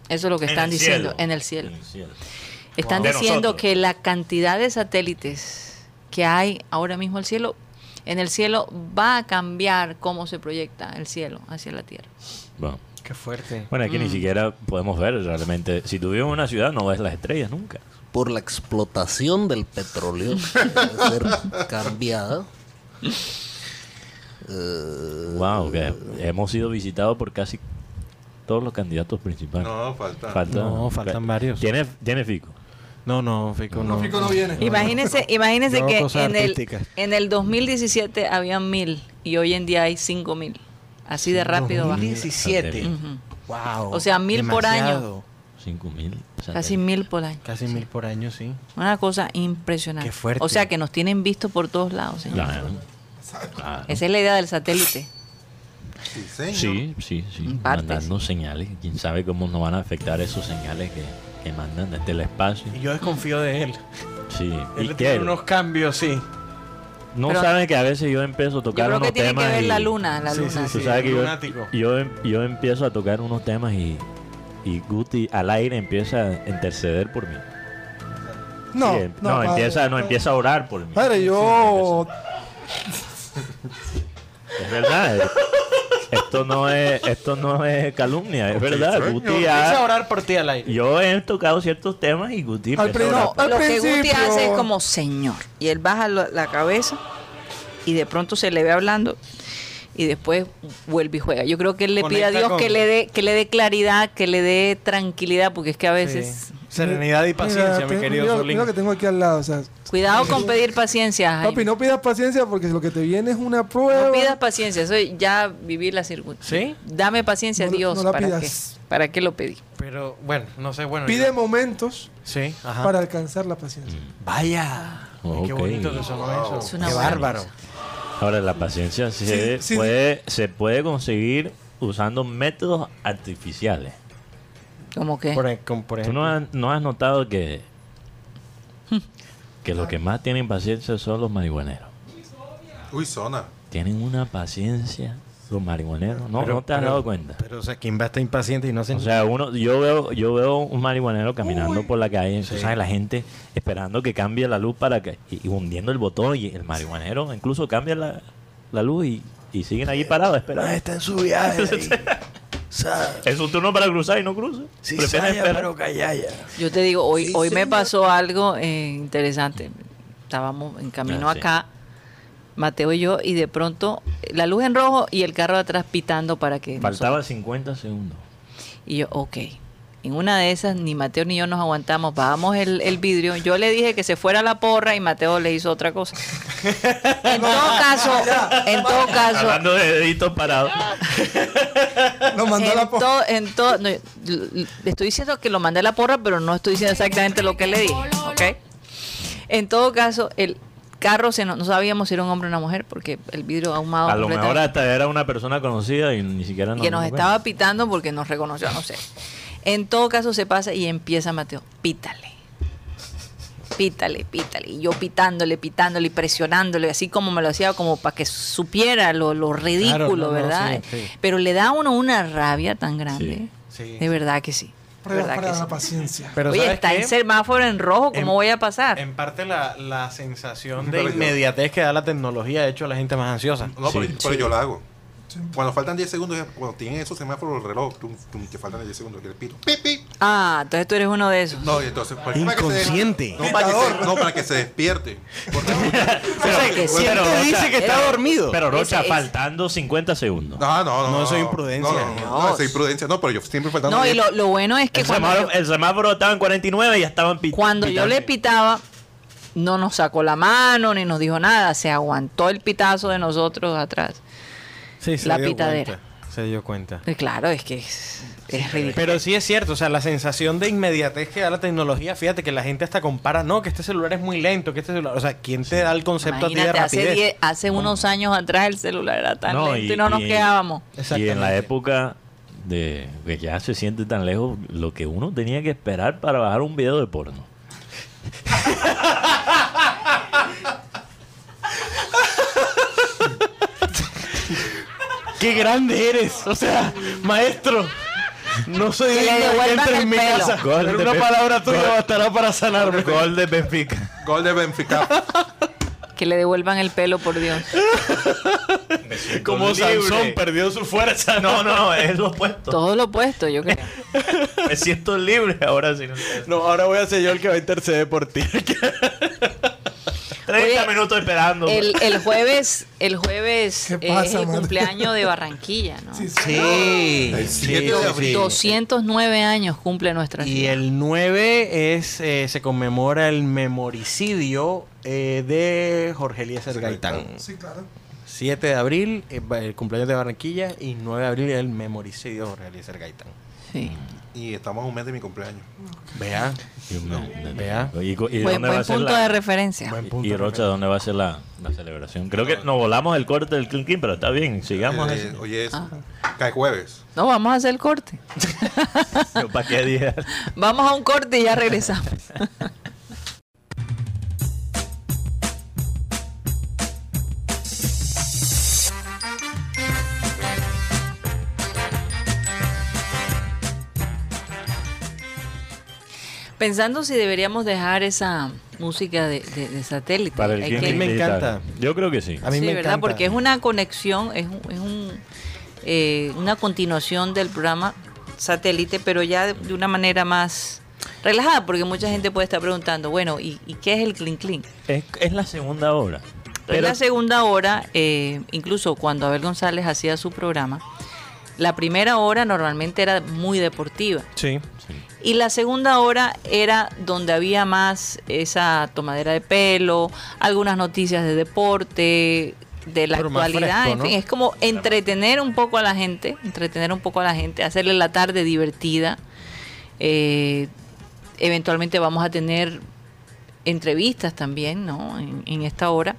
Speaker 2: Eso es lo que
Speaker 4: En
Speaker 2: están
Speaker 4: el
Speaker 2: diciendo
Speaker 4: cielo.
Speaker 2: en el cielo.
Speaker 4: En el cielo.
Speaker 2: Están
Speaker 4: Wow. De
Speaker 2: diciendo
Speaker 4: nosotros.
Speaker 2: que la cantidad de satélites que hay ahora mismo el cielo, en el cielo va a cambiar cómo se proyecta el cielo hacia la tierra.
Speaker 4: Bueno,
Speaker 3: Qué fuerte. Mm.
Speaker 4: Bueno, es que ni siquiera podemos ver realmente. Si tú vives en una ciudad, no ves las estrellas nunca.
Speaker 9: por la explotación del petróleo que debe ser cambiada.
Speaker 4: Wow, que hemos sido visitados por casi todos los candidatos principales.
Speaker 5: No, falta.
Speaker 4: Falta-
Speaker 3: No, faltan varios.
Speaker 4: Tiene, tiene Fico.
Speaker 3: No, no, Fico, no.
Speaker 6: Fico no viene.
Speaker 2: Imagínense, imagínense
Speaker 3: Yo
Speaker 2: que
Speaker 3: cosas
Speaker 2: en el,
Speaker 3: artísticas.
Speaker 2: en el 2017 habían mil y hoy en día hay cinco mil. Así de rápido va.
Speaker 4: 2017.
Speaker 2: Ujú.
Speaker 3: Wow.
Speaker 2: O sea, mil por año.
Speaker 3: Demasiado.
Speaker 4: 5.000.
Speaker 2: Casi mil por año.
Speaker 3: Casi mil por año, sí.
Speaker 2: Una cosa impresionante.
Speaker 3: Qué fuerte.
Speaker 2: O sea que nos tienen vistos por todos lados, señor.
Speaker 4: Claro. Claro.
Speaker 2: Esa es la idea del satélite.
Speaker 5: Sí, señor.
Speaker 4: Sí, sí, sí.
Speaker 2: En parte,
Speaker 4: Mandando señales. Quién sabe cómo nos van a afectar esos señales que, que mandan desde el espacio.
Speaker 3: Y yo desconfío de él.
Speaker 4: Sí.
Speaker 3: Él
Speaker 4: ¿Y
Speaker 3: tiene
Speaker 4: qué?
Speaker 3: unos cambios, sí.
Speaker 4: No
Speaker 2: Pero-
Speaker 4: saben que a veces yo empiezo a
Speaker 2: Yo
Speaker 4: tocar
Speaker 2: creo
Speaker 4: unos
Speaker 2: que tiene
Speaker 4: temas
Speaker 2: que ver
Speaker 4: y-
Speaker 2: la luna, la
Speaker 3: Sí,
Speaker 2: luna.
Speaker 3: sí,
Speaker 4: Tú
Speaker 3: sí.
Speaker 4: sabes que yo,
Speaker 3: lunático.
Speaker 4: yo, em- yo empiezo a tocar unos temas y, y Guti al aire empieza a interceder por mí.
Speaker 6: No,
Speaker 4: Sí, em-
Speaker 6: no,
Speaker 4: no,
Speaker 6: padre.
Speaker 4: empieza, no, empieza a orar por mí.
Speaker 6: Padre, yo.
Speaker 4: Es verdad. es- Esto no es, esto no es calumnia, es verdad.
Speaker 5: señor.
Speaker 4: Guti
Speaker 3: Empieza a
Speaker 4: ha,
Speaker 3: orar por ti al aire.
Speaker 4: yo he tocado ciertos temas y Guti
Speaker 6: Al
Speaker 4: empieza a orar.
Speaker 2: No,
Speaker 6: No, al
Speaker 2: lo que Guti
Speaker 6: principio-
Speaker 2: hace es como señor. Y él baja lo- la cabeza y de pronto se le ve hablando y después vuelve y juega. Yo creo que él le pide a
Speaker 3: Conecta
Speaker 2: Dios que
Speaker 3: con-
Speaker 2: le dé que le dé claridad, que le dé tranquilidad, porque es que a veces
Speaker 3: Sí. Serenidad y paciencia,
Speaker 6: Mira,
Speaker 3: mi
Speaker 6: te-
Speaker 3: querido
Speaker 6: mira-
Speaker 3: Solín.
Speaker 6: mira lo que tengo aquí al lado. O sea,
Speaker 2: cuidado con pedir paciencia. Jaime.
Speaker 6: papi, no pidas paciencia porque lo que te viene es una prueba.
Speaker 2: No pidas paciencia, eso ya viví la circunstancia.
Speaker 3: ¿Sí?
Speaker 2: Dame paciencia,
Speaker 6: No la-
Speaker 2: Dios,
Speaker 6: no la
Speaker 2: ¿para qué?
Speaker 6: pidas.
Speaker 2: ¿Para qué lo pedí?
Speaker 3: Pero bueno, no sé, bueno.
Speaker 6: Pide
Speaker 3: yo-
Speaker 6: momentos
Speaker 3: Sí, ajá.
Speaker 6: para alcanzar la paciencia.
Speaker 3: Vaya.
Speaker 4: Ok.
Speaker 3: Qué bonito que sonó eso.
Speaker 2: Es una
Speaker 3: Qué
Speaker 2: buena
Speaker 3: bárbaro.
Speaker 4: Ahora, la paciencia se,
Speaker 6: Sí, sí.
Speaker 4: puede, se puede conseguir usando métodos artificiales.
Speaker 2: ¿Cómo que?
Speaker 3: Por, e- con- por
Speaker 4: ¿Tú
Speaker 3: ejemplo.
Speaker 4: no has, no has notado que,
Speaker 6: Hmm.
Speaker 4: que los que más tienen paciencia son los marihuaneros?
Speaker 5: Uy, zona.
Speaker 4: Tienen una paciencia los marihuaneros. No,
Speaker 3: Pero-
Speaker 4: no te has
Speaker 3: pero-
Speaker 4: dado cuenta.
Speaker 3: Pero, o sea, ¿quién va a estar impaciente y no se
Speaker 4: O sea, uno, yo veo, yo veo un marihuanero caminando por la calle, tú
Speaker 3: Sí.
Speaker 4: sabes, la gente esperando que cambie la luz para que, y, y hundiendo el botón y el marihuanero incluso cambia la, la luz y, y siguen ahí parados esperando.
Speaker 3: está en su viaje. ahí. Sa-
Speaker 4: Es su turno para cruzar y no cruza.
Speaker 3: sí,
Speaker 4: Prefieren
Speaker 3: saya,
Speaker 4: esperar.
Speaker 3: pero callaya.
Speaker 2: Yo te digo, hoy,
Speaker 3: Sí,
Speaker 2: hoy me
Speaker 3: señor.
Speaker 2: pasó algo eh, interesante. Estábamos en camino
Speaker 4: Ah, sí.
Speaker 2: acá, Mateo y yo, y de pronto eh, la luz en rojo y el carro de atrás pitando para que...
Speaker 4: Faltaba 50 segundos.
Speaker 2: nosotros- Y yo, ok. En una de esas, ni Mateo ni yo nos aguantamos, bajamos el, el vidrio. Yo le dije que se fuera a la porra y Mateo le hizo otra cosa. En todo caso, en todo caso,
Speaker 4: Hablando de deditos parados.
Speaker 6: Lo mandó a
Speaker 2: en
Speaker 6: la po-
Speaker 2: todo- en todo- no, yo- l- l- estoy diciendo que lo mandé a la porra, pero no estoy diciendo exactamente lo que le dije, ¿ok? En todo caso, el carro se nos- no sabíamos si era un hombre o una mujer porque el vidrio ahumado
Speaker 4: A lo mejor
Speaker 2: completamente.
Speaker 4: hasta era una persona conocida y ni siquiera
Speaker 2: que nos
Speaker 4: dimos
Speaker 2: estaba
Speaker 4: cuenta.
Speaker 2: pitando porque nos reconoció, no sé. En todo caso se pasa y empieza Mateo, pítale. Pítale, pítale. Y yo pitándole, pitándole y presionándole, así como me lo hacía, como para que supiera lo, lo ridículo,
Speaker 3: no, no,
Speaker 2: ¿verdad?
Speaker 3: sí, sí.
Speaker 2: Pero le da a uno una rabia tan grande.
Speaker 3: Sí.
Speaker 2: De verdad que sí. de
Speaker 6: Prueba
Speaker 2: verdad
Speaker 6: para
Speaker 2: que sí.
Speaker 6: la paciencia.
Speaker 3: Pero
Speaker 2: Oye,
Speaker 3: ¿sabes
Speaker 2: está
Speaker 3: qué? Em,
Speaker 2: en Ah. semáforo en rojo, ¿cómo
Speaker 3: En-
Speaker 2: voy a pasar?
Speaker 3: En parte la, la sensación de
Speaker 5: Pero yo-
Speaker 3: inmediatez que da la tecnología ha hecho a la gente más ansiosa.
Speaker 5: No, pero,
Speaker 4: Sí.
Speaker 5: pero yo la hago. Cuando faltan 10 segundos, ya- cuando tienen esos semáforos del reloj, tum, tum, que faltan 10 segundos, que le pito. ¡Pip, pip!
Speaker 2: Ah, entonces tú eres uno de esos.
Speaker 5: No, y entonces. para- para que se-
Speaker 3: Inconsciente.
Speaker 5: no, para que se, no, para que se despierte. Porque-
Speaker 2: Pero-
Speaker 3: que
Speaker 2: pero-
Speaker 3: siempre dice que está
Speaker 2: pero-
Speaker 3: dormido.
Speaker 4: Pero Rocha,
Speaker 2: Ese es-
Speaker 4: faltando 50 segundos.
Speaker 5: No, no, no.
Speaker 3: No, eso es imprudencia.
Speaker 5: No, no, no, eso es imprudencia. No, pero yo siempre faltando.
Speaker 2: No, y
Speaker 5: 10.
Speaker 2: lo, lo bueno es que
Speaker 4: El
Speaker 2: cuando yo,
Speaker 4: semáforo, el semáforo estaba en 49 y ya estaban pitando.
Speaker 2: cuando yo le pitaba, no nos sacó la mano ni nos dijo nada, se aguantó el pitazo de nosotros atrás.
Speaker 3: Sí,
Speaker 2: se La dio pitadera.
Speaker 3: Cuenta, se dio cuenta.
Speaker 2: Pues claro, es que es, es ridículo.
Speaker 3: Pero sí es cierto, o sea, la sensación de inmediatez que da la tecnología, fíjate que la gente hasta compara, no, que este celular es muy lento, que este celular, o sea, ¿quién te da el concepto a ti
Speaker 2: Imagínate,
Speaker 3: de
Speaker 2: hace,
Speaker 3: rapidez?
Speaker 2: diez- hace unos años atrás el celular era tan
Speaker 4: No,
Speaker 2: lento y,
Speaker 4: y-
Speaker 2: no nos
Speaker 4: y-
Speaker 2: quedábamos.
Speaker 4: Y en la
Speaker 3: Exactamente.
Speaker 4: época de que ya se siente tan lejos, lo que uno tenía que esperar para bajar un video de porno.
Speaker 3: ¡Qué grande eres! O sea, maestro, no
Speaker 2: Que
Speaker 3: soy
Speaker 2: le
Speaker 3: digno de que
Speaker 2: devuelvan
Speaker 3: entres
Speaker 2: el
Speaker 3: en mi
Speaker 2: pelo.
Speaker 3: casa.
Speaker 4: Gol
Speaker 3: Pero
Speaker 4: de
Speaker 3: una
Speaker 4: Pep-
Speaker 3: palabra tuya
Speaker 4: gol-
Speaker 3: bastará para sanarme.
Speaker 4: Gol de Benfica.
Speaker 5: Gol de Benfica.
Speaker 2: Que le devuelvan el pelo, por Dios.
Speaker 4: Como Sansón
Speaker 3: perdió su fuerza.
Speaker 4: No, no, es lo opuesto.
Speaker 2: Todo lo opuesto, yo creo.
Speaker 4: Me siento libre ahora sin ustedes.
Speaker 3: No, ahora voy a ser yo el que va a interceder por ti.
Speaker 4: 30
Speaker 2: Oye,
Speaker 4: minutos esperando.
Speaker 2: El, el jueves, el jueves
Speaker 6: ¿Qué
Speaker 2: eh,
Speaker 6: pasa,
Speaker 2: es el
Speaker 6: madre?
Speaker 2: cumpleaños de Barranquilla, ¿no?
Speaker 3: Sí.
Speaker 5: El
Speaker 3: sí,
Speaker 5: 7 de
Speaker 3: sí,
Speaker 5: abril.
Speaker 3: sí.
Speaker 2: 209 años cumple nuestra
Speaker 3: Y
Speaker 2: ciudad.
Speaker 3: el 9 es, eh, se conmemora el memoricidio eh, de Jorge Eliezer Gaitán.
Speaker 6: Sí, claro.
Speaker 3: 7 de abril, eh, va- el cumpleaños de Barranquilla, y 9 de abril el memoricidio de Jorge Eliezer Gaitán.
Speaker 2: Sí.
Speaker 5: Y estamos a un mes de mi cumpleaños.
Speaker 3: Vea,
Speaker 4: Y un- un-
Speaker 3: Vea.
Speaker 4: ¿Y, y dónde
Speaker 2: Buen,
Speaker 4: va
Speaker 2: buen
Speaker 4: a ser
Speaker 2: punto
Speaker 4: la,
Speaker 2: de referencia.
Speaker 3: buen punto.
Speaker 4: y Rocha, ¿dónde va a ser la, la celebración? Creo que nos volamos el corte del Clean King, pero está bien, sigamos.
Speaker 5: Eh,
Speaker 4: eso.
Speaker 5: Oye,
Speaker 2: Ah.
Speaker 5: es, cae jueves.
Speaker 2: No, vamos a hacer el corte.
Speaker 4: Yo, ¿Para qué día?
Speaker 2: Vamos a un corte y ya regresamos. Pensando si deberíamos dejar esa música de, de- de satélite.
Speaker 4: Para el
Speaker 2: Hay
Speaker 4: Clean
Speaker 2: que-
Speaker 3: A mí me
Speaker 4: King digital.
Speaker 3: encanta.
Speaker 4: Yo creo que sí.
Speaker 3: A mí
Speaker 2: sí,
Speaker 3: me
Speaker 2: ¿verdad?
Speaker 3: encanta.
Speaker 2: Porque es una conexión, es, un- es un, eh, una continuación del programa satélite, pero ya de, de una manera más relajada, porque mucha gente puede estar preguntando, bueno, ¿y, y qué es el clink clink?
Speaker 4: Es, es la segunda hora.
Speaker 2: En
Speaker 4: Pero
Speaker 2: la segunda hora, eh, incluso cuando Abel González hacía su programa, la primera hora normalmente era muy deportiva.
Speaker 3: Sí.
Speaker 2: Y la segunda hora era donde había más esa tomadera de pelo, algunas noticias de deporte, de la
Speaker 3: Pero más
Speaker 2: actualidad,
Speaker 3: fresco,
Speaker 2: en
Speaker 3: ¿no?
Speaker 2: fin, es como entretener un poco a la gente, entretener un poco a la gente, hacerle la tarde divertida. Eh, eventualmente vamos a tener entrevistas también, ¿no? En, en esta hora.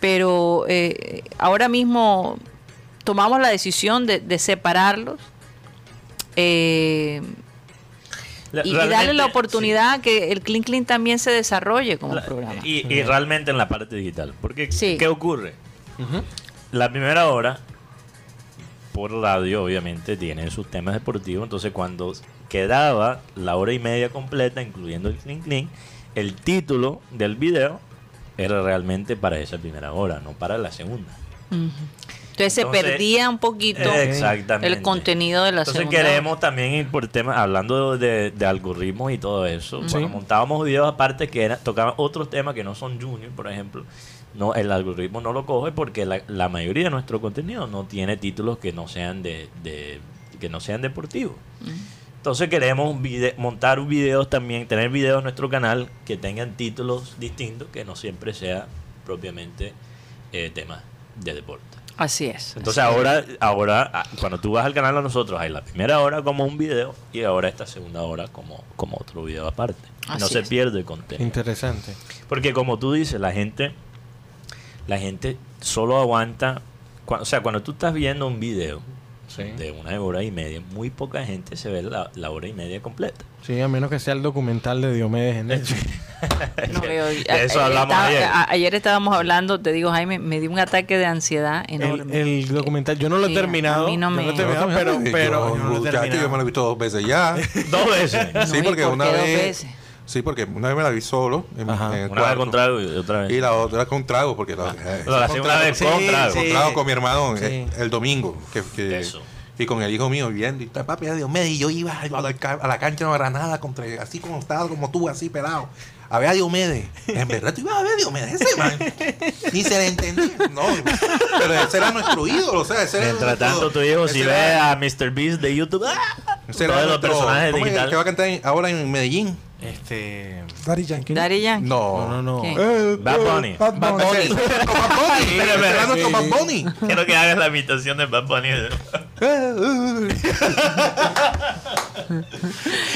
Speaker 2: Pero eh, ahora mismo tomamos la decisión de, de separarlos. eh,
Speaker 4: la-
Speaker 2: y, y darle
Speaker 4: realmente,
Speaker 2: la
Speaker 4: sí.
Speaker 2: oportunidad a que el Clean Clean también se desarrolle como
Speaker 4: La-
Speaker 2: programa.
Speaker 4: Y, y realmente en la parte digital. Porque,
Speaker 2: Sí.
Speaker 4: ¿qué ocurre? La primera hora, por radio, obviamente, tienen sus temas deportivos. Entonces, cuando quedaba la hora y media completa, incluyendo el clink clink, el título del video era realmente para esa primera hora, no para la segunda.
Speaker 2: entonces,
Speaker 4: entonces,
Speaker 2: se perdía un poquito
Speaker 4: Eh, Exactamente.
Speaker 2: el contenido de la
Speaker 4: Entonces
Speaker 2: segunda
Speaker 4: queremos también ir por temas, hablando de, de algoritmos y todo eso. Cuando montábamos videos aparte que era, tocaban otros temas que no son junior, por ejemplo. No, el algoritmo no lo coge porque la, la mayoría de nuestro contenido no tiene títulos que no sean de, de- que no sean deportivos. Entonces queremos un vide- montar videos también, tener videos en nuestro canal que tengan títulos distintos, que no siempre sea propiamente eh, temas de deporte.
Speaker 2: Así es.
Speaker 4: Entonces ahora, ahora ah, cuando tú vas al canal a nosotros, hay la primera hora como un video y ahora esta segunda hora como, como otro video aparte. no
Speaker 2: Así
Speaker 4: se
Speaker 2: es.
Speaker 4: pierde el contenido.
Speaker 3: Interesante.
Speaker 4: Porque como tú dices, la gente, la gente solo aguanta, cua- o sea, cuando tú estás viendo un video de una hora y media, muy poca gente se ve la, la hora y media completa.
Speaker 3: Sí, a menos que sea el documental de Diomedes en Netflix.
Speaker 2: No veo-
Speaker 4: De
Speaker 2: a-
Speaker 4: eso hablamos
Speaker 2: estaba-
Speaker 4: ayer.
Speaker 2: a- ayer estábamos hablando, te digo, Jaime, me dio un ataque de ansiedad
Speaker 3: el,
Speaker 2: enorme.
Speaker 3: el documental, yo no lo he
Speaker 2: Sí,
Speaker 3: terminado.
Speaker 2: a mí no
Speaker 3: yo
Speaker 2: me-
Speaker 3: lo he terminado, pero,
Speaker 5: Yo-
Speaker 3: pero yo no lo
Speaker 5: muchacho,
Speaker 3: he
Speaker 5: yo me
Speaker 3: terminado.
Speaker 5: lo he visto dos veces ya.
Speaker 4: Dos veces.
Speaker 2: No, ¿y
Speaker 5: sí, porque
Speaker 2: por
Speaker 5: una
Speaker 2: qué dos
Speaker 5: vez.
Speaker 2: veces?
Speaker 5: Sí, porque una vez me la vi solo. En,
Speaker 3: Ajá.
Speaker 5: en el
Speaker 4: Una vez
Speaker 5: cuarto.
Speaker 4: con trago y otra vez.
Speaker 5: Y la otra con trago, porque la, eh,
Speaker 4: No, la
Speaker 5: con
Speaker 4: segunda vez con
Speaker 3: Sí,
Speaker 4: trago.
Speaker 3: sí.
Speaker 5: con trago con mi hermano
Speaker 3: Sí.
Speaker 5: eh, el, domingo. Que, que-
Speaker 4: Eso.
Speaker 5: Y con el hijo mío viendo. Y tal, papi, era Diomedes. Y yo iba a la, ca- a la cancha de Granada, contra, así como estaba, como tú, así pelado. A ver a Diomedes. En verdad tú ibas a ver a Diomedes ese man. Ni se le entendía. No, pero ese era nuestro ídolo. O sea, ese era
Speaker 4: Mientras
Speaker 5: nuestro-
Speaker 4: tanto, tu hijo,
Speaker 5: ese
Speaker 4: si
Speaker 5: era-
Speaker 4: ve a Mr. Beast de YouTube, ¡ah!
Speaker 5: ese era
Speaker 4: todos los
Speaker 5: nuestro-
Speaker 4: personajes
Speaker 5: ¿cómo es el que va a
Speaker 4: digitales.
Speaker 5: cantar en- ahora en Medellín?
Speaker 3: Este.
Speaker 6: Daddy Yankee.
Speaker 2: Daddy Yankee.
Speaker 5: No.
Speaker 3: No, no, no.
Speaker 2: ¿Quién?
Speaker 6: Eh,
Speaker 4: Bad
Speaker 6: eh,
Speaker 4: Bunny.
Speaker 6: Bad Bunny.
Speaker 5: Ese es nuestro Bad Bunny.
Speaker 4: Pero es
Speaker 5: Ese era
Speaker 4: verdad.
Speaker 5: nuestro Bad Bunny.
Speaker 4: Quiero que hagas la imitación de Bad Bunny.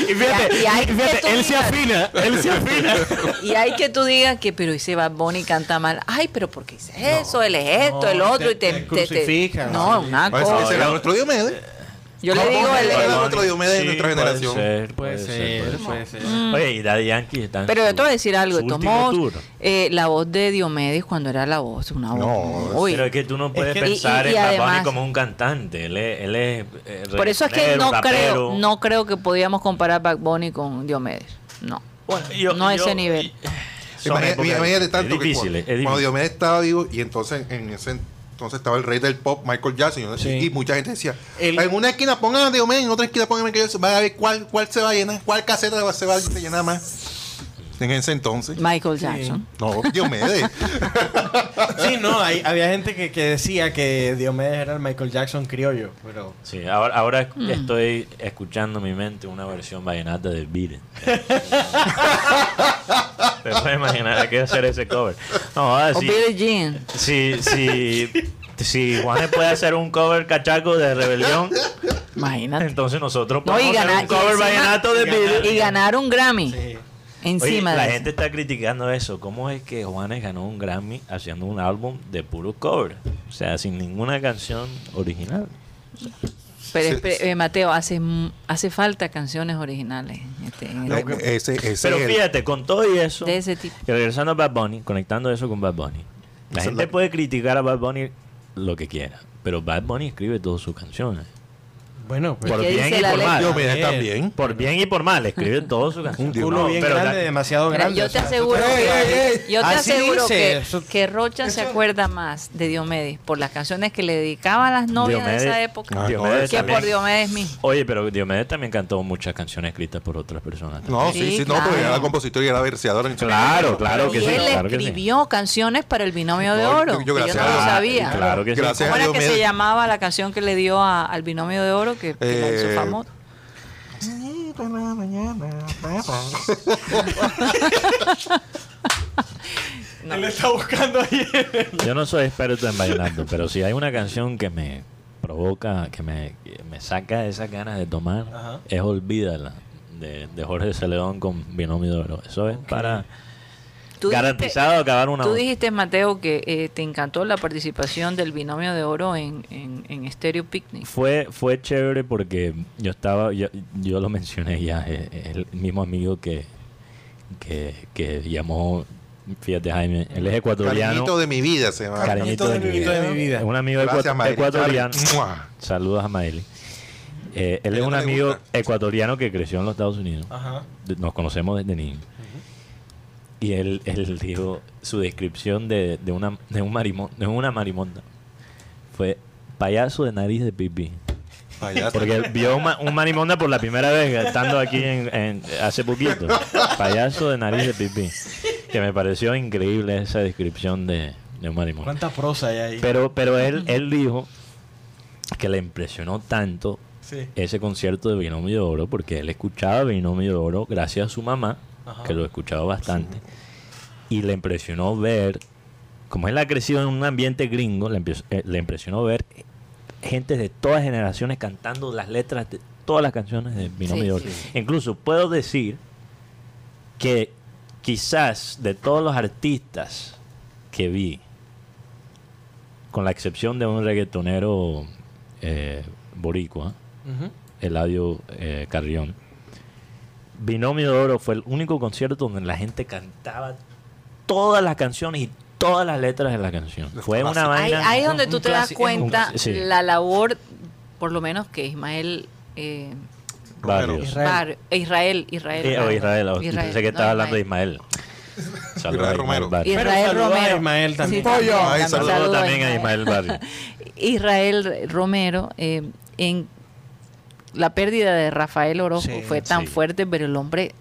Speaker 3: Y fíjate,
Speaker 2: Y hay que
Speaker 3: fíjate, él
Speaker 2: tú
Speaker 3: se afina, él se afina.
Speaker 2: Y hay que tú digas que, pero ese Bad Bunny canta mal. Ay, pero ¿por qué dices eso? él es esto,
Speaker 3: No,
Speaker 2: el otro.
Speaker 3: te-
Speaker 2: y te,
Speaker 3: te
Speaker 2: te-
Speaker 3: crucifican.
Speaker 2: No,
Speaker 3: Sí.
Speaker 2: una
Speaker 5: Pues,
Speaker 2: cosa.
Speaker 5: ese era nuestro Diomedes.
Speaker 2: Yo
Speaker 5: no,
Speaker 2: le digo,
Speaker 5: no,
Speaker 2: el-
Speaker 5: no,
Speaker 2: el-
Speaker 5: no, no. otro Diomedes de nuestra generación.
Speaker 4: puede ser, puede ser.
Speaker 3: ser.
Speaker 4: Oye, y Daddy Yankee está en
Speaker 2: Pero yo
Speaker 4: su-
Speaker 2: te voy a decir algo,
Speaker 4: su
Speaker 2: tomó
Speaker 4: último tour.
Speaker 2: eh, la voz de Diomedes cuando era la voz, una voz.
Speaker 5: No,
Speaker 2: Uy,
Speaker 4: Pero es que tú no puedes
Speaker 3: que-
Speaker 4: pensar
Speaker 2: y- y
Speaker 4: en Bad Bunny
Speaker 2: además-
Speaker 4: como un cantante. Él es. Él es eh,
Speaker 2: por eso es que
Speaker 4: reggaetonero,
Speaker 2: no
Speaker 4: rapero.
Speaker 2: creo, no creo que podíamos comparar Bad Bunny con Diomedes. No.
Speaker 4: Bueno, yo-
Speaker 2: no a
Speaker 4: yo-
Speaker 2: ese nivel.
Speaker 4: Son
Speaker 5: Imagínate,
Speaker 4: épocas
Speaker 5: imagínate tanto
Speaker 4: es
Speaker 5: que
Speaker 4: difícil,
Speaker 5: cuando,
Speaker 4: es difícil.
Speaker 5: cuando Diomedes estaba vivo y entonces en ese entonces estaba el rey del pop, Michael Jackson. ¿no?
Speaker 3: Sí.
Speaker 5: Y mucha gente decía,
Speaker 3: El-
Speaker 5: en una esquina pongan a Diomedes, en otra esquina pongan a Michael Jackson. Van a ver cuál, cuál se va a llenar, cuál caseta va- se va a llenar más. En ese entonces.
Speaker 2: Michael Jackson.
Speaker 5: No, Diomedes. Eh,
Speaker 3: Sí, no, hay- había gente que, que decía que Diomedes era el Michael Jackson criollo, pero...
Speaker 4: Sí, ahora, ahora
Speaker 2: Mm.
Speaker 4: estoy escuchando en mi mente una versión vallenata de Beat It. Te puedes imaginar hay que hacer ese cover. No, ahora
Speaker 2: O
Speaker 4: sí.
Speaker 2: Billie Jean.
Speaker 4: Si, si, si Juanes puede hacer un cover cachaco de Rebelión,
Speaker 2: Imagínate.
Speaker 4: entonces nosotros
Speaker 2: No,
Speaker 4: podemos
Speaker 2: y
Speaker 4: hacer
Speaker 2: ganar.
Speaker 4: un
Speaker 2: y
Speaker 4: cover
Speaker 2: encima-
Speaker 4: vallenato de Beat It.
Speaker 2: Y ganar un Grammy.
Speaker 3: Sí.
Speaker 4: Oye,
Speaker 2: Encima
Speaker 4: la
Speaker 2: de
Speaker 4: gente está criticando eso. ¿Cómo es que Juanes ganó un Grammy haciendo un álbum de puro cover? O sea, sin ninguna canción original.
Speaker 2: eso. Pero espe- eh, Mateo, hace, m- hace falta canciones originales. en este- en
Speaker 5: No,
Speaker 2: este-
Speaker 5: ese, ese
Speaker 4: Pero
Speaker 5: es el-
Speaker 4: fíjate, con todo y eso,
Speaker 2: De ese tipo.
Speaker 4: y regresando a Bad Bunny, conectando eso con Bad Bunny,
Speaker 5: Esa
Speaker 4: la
Speaker 5: es
Speaker 4: gente
Speaker 5: la-
Speaker 4: puede criticar a Bad Bunny lo que quiera, pero Bad Bunny escribe todas sus canciones.
Speaker 3: Bueno, pues,
Speaker 4: Por
Speaker 2: qué
Speaker 4: bien
Speaker 2: dice
Speaker 4: y
Speaker 2: la
Speaker 4: por
Speaker 2: letra?
Speaker 4: mal.
Speaker 5: Diomedes también.
Speaker 4: Por bien y por mal, escribe todas sus
Speaker 3: Un
Speaker 4: canciones.
Speaker 3: culo
Speaker 4: No,
Speaker 3: bien
Speaker 4: pero la-
Speaker 3: grande, demasiado
Speaker 2: Mira,
Speaker 3: grande.
Speaker 2: yo
Speaker 3: o
Speaker 2: te
Speaker 3: sea,
Speaker 2: aseguro,
Speaker 3: ey,
Speaker 2: que,
Speaker 3: ey, ey.
Speaker 2: yo te
Speaker 3: Así
Speaker 2: aseguro
Speaker 3: dice,
Speaker 2: que,
Speaker 3: eso-
Speaker 2: que Rocha se acuerda más de Diomedes por las canciones que le dedicaba a las novias
Speaker 4: Diomedes-
Speaker 2: de esa época
Speaker 5: Ah,
Speaker 4: Diomedes
Speaker 2: que
Speaker 4: también-
Speaker 2: por Diomedes mismo.
Speaker 4: Oye, pero Diomedes también cantó muchas canciones escritas por otras personas.
Speaker 5: No, sí,
Speaker 2: Sí,
Speaker 5: sí, no, porque
Speaker 2: claro.
Speaker 5: era compositor y era verseador. en-
Speaker 4: Claro, claro que
Speaker 2: y
Speaker 4: sí.
Speaker 2: él
Speaker 4: claro que sí.
Speaker 2: escribió canciones para el binomio de
Speaker 5: No,
Speaker 2: oro.
Speaker 5: yo-
Speaker 2: que
Speaker 5: yo
Speaker 2: Yo,
Speaker 5: gracias
Speaker 2: no lo
Speaker 5: a-
Speaker 2: sabía.
Speaker 4: Claro que sí.
Speaker 5: Gracias
Speaker 2: ¿Cómo
Speaker 5: a
Speaker 2: era que
Speaker 5: Diomedes.
Speaker 2: se llamaba la canción que le dio a- al binomio de oro que, que la hizo
Speaker 5: Eh,
Speaker 2: famosa?
Speaker 3: Él está buscando ahí.
Speaker 4: Yo no soy experto en bailando, pero si hay una canción que me provoca, que me, que me saca esas ganas de tomar,
Speaker 3: Ajá.
Speaker 4: es Olvídala de, de Jorge Celedón con Binomio de Oro. Eso es para
Speaker 2: Tú dijiste-
Speaker 4: garantizado acabar una
Speaker 2: Tú dijiste, Mateo, que eh, te encantó la participación del binomio de oro en, en, en Stereo Picnic.
Speaker 4: fue fue chévere porque yo estaba yo, yo lo mencioné ya eh, el mismo amigo que que, que llamó fíjate Jaime él es ecuatoriano
Speaker 5: Cariñito de mi vida se llama.
Speaker 4: Cariñito de mi vida.
Speaker 3: de mi vida.
Speaker 4: Es un amigo
Speaker 5: Gracias,
Speaker 4: ecua-
Speaker 5: Maeli.
Speaker 4: ecuatoriano.
Speaker 5: Mua.
Speaker 4: Saludos a Maeli. Eh, él
Speaker 5: Ella
Speaker 4: es un
Speaker 5: no le
Speaker 4: amigo
Speaker 5: gusta.
Speaker 4: ecuatoriano que creció en los Estados Unidos.
Speaker 3: Ajá.
Speaker 4: De- Nos conocemos desde niño. Y él, él dijo su descripción de, de una, de, un marimon- de una marimonda. Fue payaso de nariz de pipí.
Speaker 5: Payaso.
Speaker 4: Porque vio un, ma- un marimonda por la primera vez estando aquí en, en- hace poquito. Payaso de nariz de pipí. Que me pareció increíble esa descripción de, de un marimonda.
Speaker 3: ¿Cuánta prosa hay ahí?
Speaker 4: Pero, pero él, él dijo que le impresionó tanto
Speaker 3: Sí.
Speaker 4: ese concierto de Binomio de Oro porque él escuchaba Binomio de Oro gracias a su mamá,
Speaker 3: Ajá.
Speaker 4: que lo escuchaba bastante, y le impresionó ver, como él ha crecido en un ambiente gringo, le, empie- eh, le impresionó ver gente de todas generaciones cantando las letras de todas las canciones de Binomio
Speaker 2: Sí,
Speaker 4: de Oro.
Speaker 2: sí, sí.
Speaker 4: Incluso puedo decir que quizás de todos los artistas que vi, con la excepción de un reggaetonero eh, boricua,
Speaker 3: Ujú.
Speaker 4: Eladio eh, Carrión, Binomio de Oro fue el único concierto donde la gente cantaba todas las canciones y todas las letras de la canción. Fue una
Speaker 2: Ahí,
Speaker 4: vaina...
Speaker 2: ahí es donde
Speaker 3: un
Speaker 2: tú te das
Speaker 3: clasi- es un
Speaker 2: cuenta
Speaker 4: clasi- sí.
Speaker 2: la labor, por lo menos que Ismael... eh,
Speaker 4: varios.
Speaker 3: Israel.
Speaker 2: Bar- Israel, Israel.
Speaker 4: Eh,
Speaker 2: Bar-
Speaker 4: o Israel, o- pensé que
Speaker 2: no,
Speaker 4: estaba hablando de Ismael. Saludos a
Speaker 5: Israel Romero.
Speaker 4: Barrio.
Speaker 3: Pero
Speaker 2: Israel
Speaker 3: saludos a
Speaker 2: Romero.
Speaker 3: Ismael también.
Speaker 2: Sí, también,
Speaker 5: Pollo. Ay,
Speaker 2: también,
Speaker 5: saludos
Speaker 4: Saludos
Speaker 2: saludos
Speaker 4: también a Ismael Barrio.
Speaker 2: Israel Romero, eh, en la pérdida de Rafael Orozco
Speaker 3: Sí,
Speaker 2: fue tan
Speaker 4: sí.
Speaker 2: fuerte, pero el hombre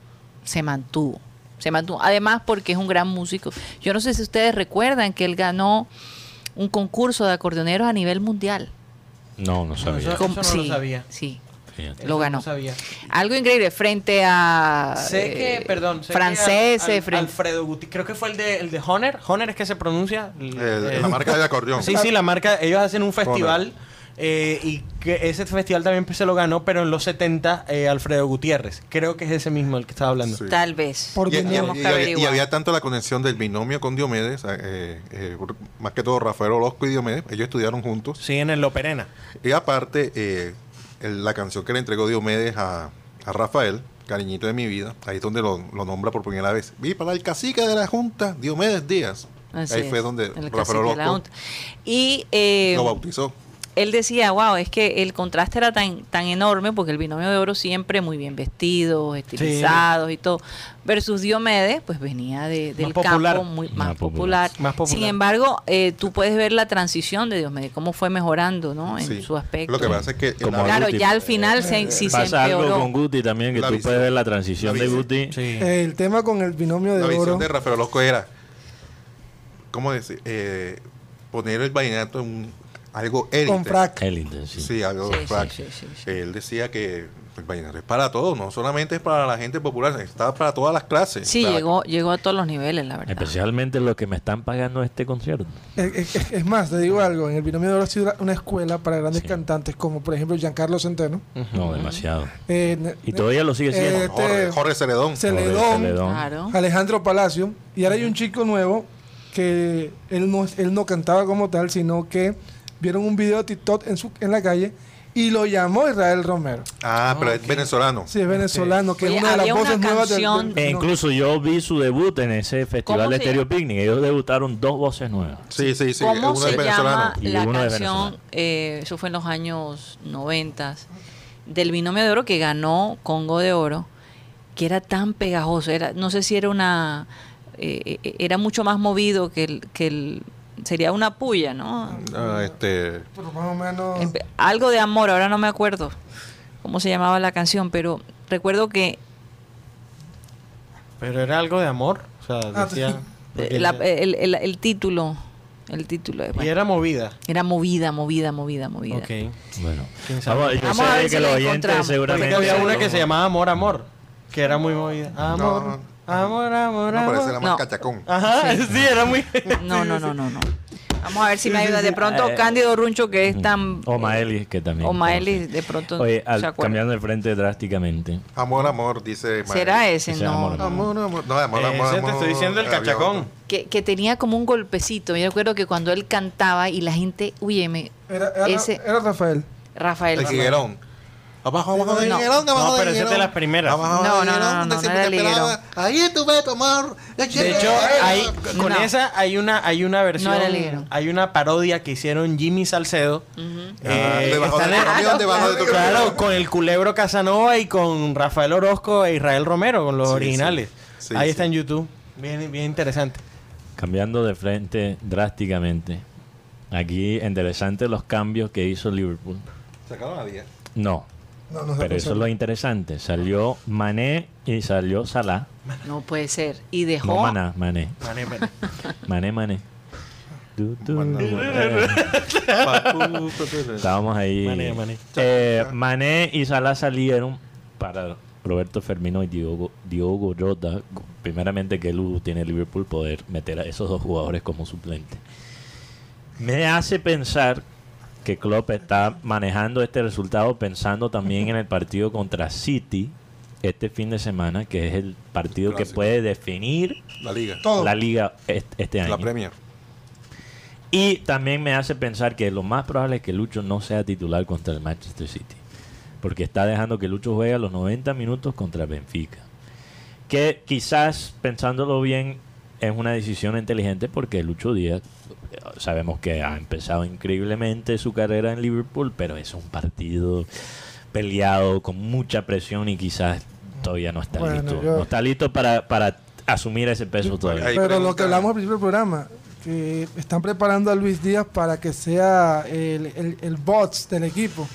Speaker 2: se mantuvo. Se mantuvo. Además, porque es un gran músico. Yo no sé si ustedes recuerdan que él ganó un concurso de acordeoneros a nivel mundial.
Speaker 4: No, no sabía.
Speaker 3: Eso no lo
Speaker 2: sí,
Speaker 3: sabía.
Speaker 2: Sí.
Speaker 4: Fíjate.
Speaker 2: Lo
Speaker 3: Eso
Speaker 2: ganó.
Speaker 3: No sabía.
Speaker 2: Algo increíble frente a
Speaker 3: Sé que,
Speaker 2: eh,
Speaker 3: perdón, sé que
Speaker 2: franceses,
Speaker 3: al- al-
Speaker 2: frente-
Speaker 3: Alfredo Guti, creo que fue el de, el de Honer. Honer es que se pronuncia. El-
Speaker 5: Eh,
Speaker 3: el-
Speaker 5: la marca de acordeón.
Speaker 3: Sí, sí, la marca. Ellos hacen un festival eh, y que ese festival también pues, se lo ganó, pero en los 70 eh, Alfredo Gutiérrez. Creo que es ese mismo el que estaba hablando.
Speaker 5: Sí.
Speaker 2: tal vez.
Speaker 6: Por
Speaker 5: Y, y-
Speaker 6: Dios.
Speaker 2: Tendríamos que
Speaker 5: y- y- y
Speaker 2: averiguar.
Speaker 5: había tanto la conexión del binomio con Diomedes, eh, eh, más que todo Rafael Orozco y Diomedes, ellos estudiaron juntos.
Speaker 3: Sí, en el Loperena.
Speaker 5: Y aparte, eh, el- la canción que le entregó Diomedes a, a Rafael, Cariñito de mi vida, ahí es donde lo, lo nombra por primera vez. Vi para el cacique de la Junta, Diomedes Díaz.
Speaker 2: Así
Speaker 5: ahí
Speaker 2: es,
Speaker 5: fue donde
Speaker 2: el
Speaker 5: Rafael
Speaker 2: cacique de la
Speaker 5: Orozco
Speaker 2: Junta. Y eh,
Speaker 5: lo bautizó.
Speaker 2: él decía, wow, es que el contraste era tan, tan enorme porque el binomio de oro siempre muy bien vestidos, estilizados y todo. Versus Diomedes, pues venía de, del
Speaker 3: popular.
Speaker 2: campo muy, más,
Speaker 4: Más
Speaker 2: popular.
Speaker 4: popular.
Speaker 3: Más popular.
Speaker 2: Sin embargo, eh, tú puedes ver la transición de Diomedes, cómo fue mejorando ¿no? en
Speaker 5: Sí.
Speaker 2: su aspecto.
Speaker 5: Lo que pasa es que en
Speaker 4: Como
Speaker 5: la-
Speaker 2: Claro,
Speaker 4: Guti.
Speaker 2: ya al final se, sí se
Speaker 4: Pasa algo
Speaker 2: empeoró.
Speaker 4: con Guti también, que
Speaker 5: La
Speaker 4: tú
Speaker 5: visión.
Speaker 4: puedes ver la transición
Speaker 5: La
Speaker 4: de
Speaker 5: visión.
Speaker 4: Guti.
Speaker 3: Sí.
Speaker 6: El tema con el binomio de
Speaker 5: la
Speaker 6: oro.
Speaker 5: visión de Rafael Orozco era, ¿cómo decir? Eh, poner el vallenato en un- algo élite.
Speaker 6: Con frac. Eh,
Speaker 4: El intensivo.
Speaker 5: Sí, algo
Speaker 2: Sí,
Speaker 5: de
Speaker 2: sí,
Speaker 5: frac.
Speaker 2: sí, sí, sí.
Speaker 5: Él decía que el vallenato es para todos, no solamente es para la gente popular, está para todas las clases.
Speaker 2: Sí,
Speaker 5: O sea,
Speaker 2: llegó, llegó a todos los niveles, la verdad.
Speaker 4: Especialmente los que me están pagando este concierto.
Speaker 6: Es, eh, es- es más, te digo algo, en el binomio de oro ha sido una escuela para grandes cantantes como por ejemplo Giancarlo Centeno.
Speaker 4: No, demasiado.
Speaker 6: eh, ne-
Speaker 4: Y todavía lo sigue siendo.
Speaker 6: Eh,
Speaker 5: Jorge,
Speaker 6: este-
Speaker 5: Jorge Celedón.
Speaker 6: Celedón,
Speaker 4: Celedón.
Speaker 2: Claro.
Speaker 6: Alejandro Palacio. Y ahora hay un chico nuevo que él no, él no cantaba como tal, sino que vieron un video de TikTok en, su, en la calle y lo llamó Israel Romero.
Speaker 5: Ah, pero es venezolano.
Speaker 6: Sí, es venezolano, que
Speaker 2: Oye,
Speaker 6: es una de las
Speaker 2: había una
Speaker 6: voces nuevas del-
Speaker 2: canción-
Speaker 6: del-
Speaker 4: E
Speaker 6: no.
Speaker 4: incluso yo vi su debut en ese festival de
Speaker 2: se
Speaker 4: Stereo Picnic. Ellos debutaron dos voces nuevas.
Speaker 5: Sí, sí, sí,
Speaker 2: ¿Cómo
Speaker 5: uno
Speaker 2: se
Speaker 5: es venezolano.
Speaker 2: llama
Speaker 4: Y
Speaker 2: la
Speaker 4: uno es
Speaker 2: canción?
Speaker 4: venezolano.
Speaker 2: eh, eso fue en los años 90 del binomio de oro que ganó Congo de Oro, que era tan pegajoso. Era, no sé si era una. eh, eh, era mucho más movido que el. Que el sería una puya, ¿no?
Speaker 5: Ah, este,
Speaker 6: Pero más o menos.
Speaker 2: Empe- Algo de amor, ahora no me acuerdo cómo se llamaba la canción, pero recuerdo que
Speaker 3: Pero era algo de amor. O sea,
Speaker 6: Ah,
Speaker 3: decía.
Speaker 2: eh, la- el, el- el título. El título. eh,
Speaker 3: Y
Speaker 2: bueno,
Speaker 3: era movida.
Speaker 2: era movida, movida, movida, movida.
Speaker 3: Ok.
Speaker 4: Bueno,
Speaker 3: ¿Quién sabe?
Speaker 4: vamos, yo
Speaker 2: Vamos a
Speaker 4: sé
Speaker 2: ver si
Speaker 4: que
Speaker 2: la
Speaker 4: los oyentes
Speaker 2: encontramos.
Speaker 3: Pensé
Speaker 4: seguramente.
Speaker 3: que había una que se llamaba Amor, Amor. Que era muy movida. Amor,
Speaker 5: No.
Speaker 3: amor, amor,
Speaker 5: no, parece
Speaker 3: amor.
Speaker 5: la más
Speaker 2: No.
Speaker 5: cachacón.
Speaker 3: Ajá, sí. era muy.
Speaker 2: No, no, no, no, no. Vamos a ver si me ayuda. De pronto,
Speaker 3: Eh,
Speaker 2: Cándido Runcho, que es tan.
Speaker 4: Mm.
Speaker 2: eh,
Speaker 4: O Maelis, que también.
Speaker 2: O Maeli,
Speaker 4: conoce.
Speaker 2: de pronto.
Speaker 4: Oye,
Speaker 2: se
Speaker 4: al-
Speaker 2: acuerda.
Speaker 4: cambiando de frente drásticamente.
Speaker 5: Amor, amor, dice. Mael.
Speaker 2: ¿Será ese?
Speaker 4: Ese
Speaker 2: no.
Speaker 4: amor,
Speaker 5: Amor, amor. No, amor, amor,
Speaker 3: Eh, Ese
Speaker 5: amor.
Speaker 3: te estoy diciendo el
Speaker 5: Había
Speaker 3: cachacón.
Speaker 5: otro.
Speaker 2: Que, que tenía como un golpecito. Yo recuerdo que cuando él cantaba y la gente. Uy, me-
Speaker 6: Era, era-
Speaker 2: ese-
Speaker 6: era Rafael.
Speaker 2: Rafael.
Speaker 5: El
Speaker 2: Rafael.
Speaker 5: higuerón. Abajo, abajo del
Speaker 2: No.
Speaker 5: higuerón, abajo
Speaker 3: No,
Speaker 5: del
Speaker 3: pero esa es de
Speaker 5: higuerón.
Speaker 3: las primeras.
Speaker 5: Abajo
Speaker 2: No,
Speaker 5: del
Speaker 2: no, no,
Speaker 5: higuerón,
Speaker 2: no,
Speaker 5: donde
Speaker 2: no
Speaker 5: siempre
Speaker 2: era
Speaker 5: te
Speaker 2: el higuerón.
Speaker 5: esperaba. Ahí tú ves, amor.
Speaker 3: De hecho, hay, con
Speaker 2: No.
Speaker 3: esa hay una, hay una versión.
Speaker 2: No la leyeron.
Speaker 3: hay una parodia que hicieron Jimmy Salcedo.
Speaker 5: Ah, debajo
Speaker 3: están
Speaker 5: de tu
Speaker 3: en-
Speaker 5: camión, debajo de tu
Speaker 3: Claro,
Speaker 5: camión.
Speaker 3: con el culebro Casanova y con Rafael Orozco e Israel Romero, con los
Speaker 5: Sí,
Speaker 3: originales.
Speaker 5: sí. Sí,
Speaker 3: Ahí
Speaker 5: sí.
Speaker 3: está en YouTube. Bien, bien interesante.
Speaker 4: Cambiando de frente drásticamente. Aquí, interesante los cambios que hizo Liverpool.
Speaker 5: Sacaron a 10.
Speaker 4: No,
Speaker 6: No, no sé
Speaker 4: pero
Speaker 6: por
Speaker 4: eso
Speaker 6: qué.
Speaker 4: es lo interesante. Salió Mané y salió Salah.
Speaker 2: No puede ser. Y dejó.
Speaker 4: No Maná, Mané.
Speaker 3: Mané, mané.
Speaker 4: Mané, Mané. Eh, Du, du,
Speaker 5: Maná,
Speaker 4: du. Estábamos ahí.
Speaker 3: Mané, Mané.
Speaker 4: Eh, Mané y Salah salieron para Roberto Fermino y Diogo, Diogo Jota. Primeramente que el tiene Liverpool poder meter a esos dos jugadores como suplente. Me hace pensar que Klopp está manejando este resultado pensando también en el partido contra City este fin de semana, que es el partido que
Speaker 5: Clásico.
Speaker 4: puede definir
Speaker 5: La liga.
Speaker 6: Todo.
Speaker 4: la liga est- este año.
Speaker 5: La Premier.
Speaker 4: Y también me hace pensar que lo más probable es que Lucho no sea titular contra el Manchester City. Porque está dejando que Lucho juegue a los 90 minutos contra Benfica. Que quizás, pensándolo bien, es una decisión inteligente porque Lucho Díaz eh, sabemos que ha empezado increíblemente su carrera en Liverpool, pero es un partido peleado con mucha presión y quizás todavía no está
Speaker 6: Bueno,
Speaker 4: listo.
Speaker 6: yo-
Speaker 4: No está listo para, para asumir ese peso todavía.
Speaker 5: Ahí
Speaker 6: Pero lo
Speaker 5: pregunta-
Speaker 6: que hablamos al principio del programa, que están preparando a Luis Díaz para que sea el, el, el bots del equipo.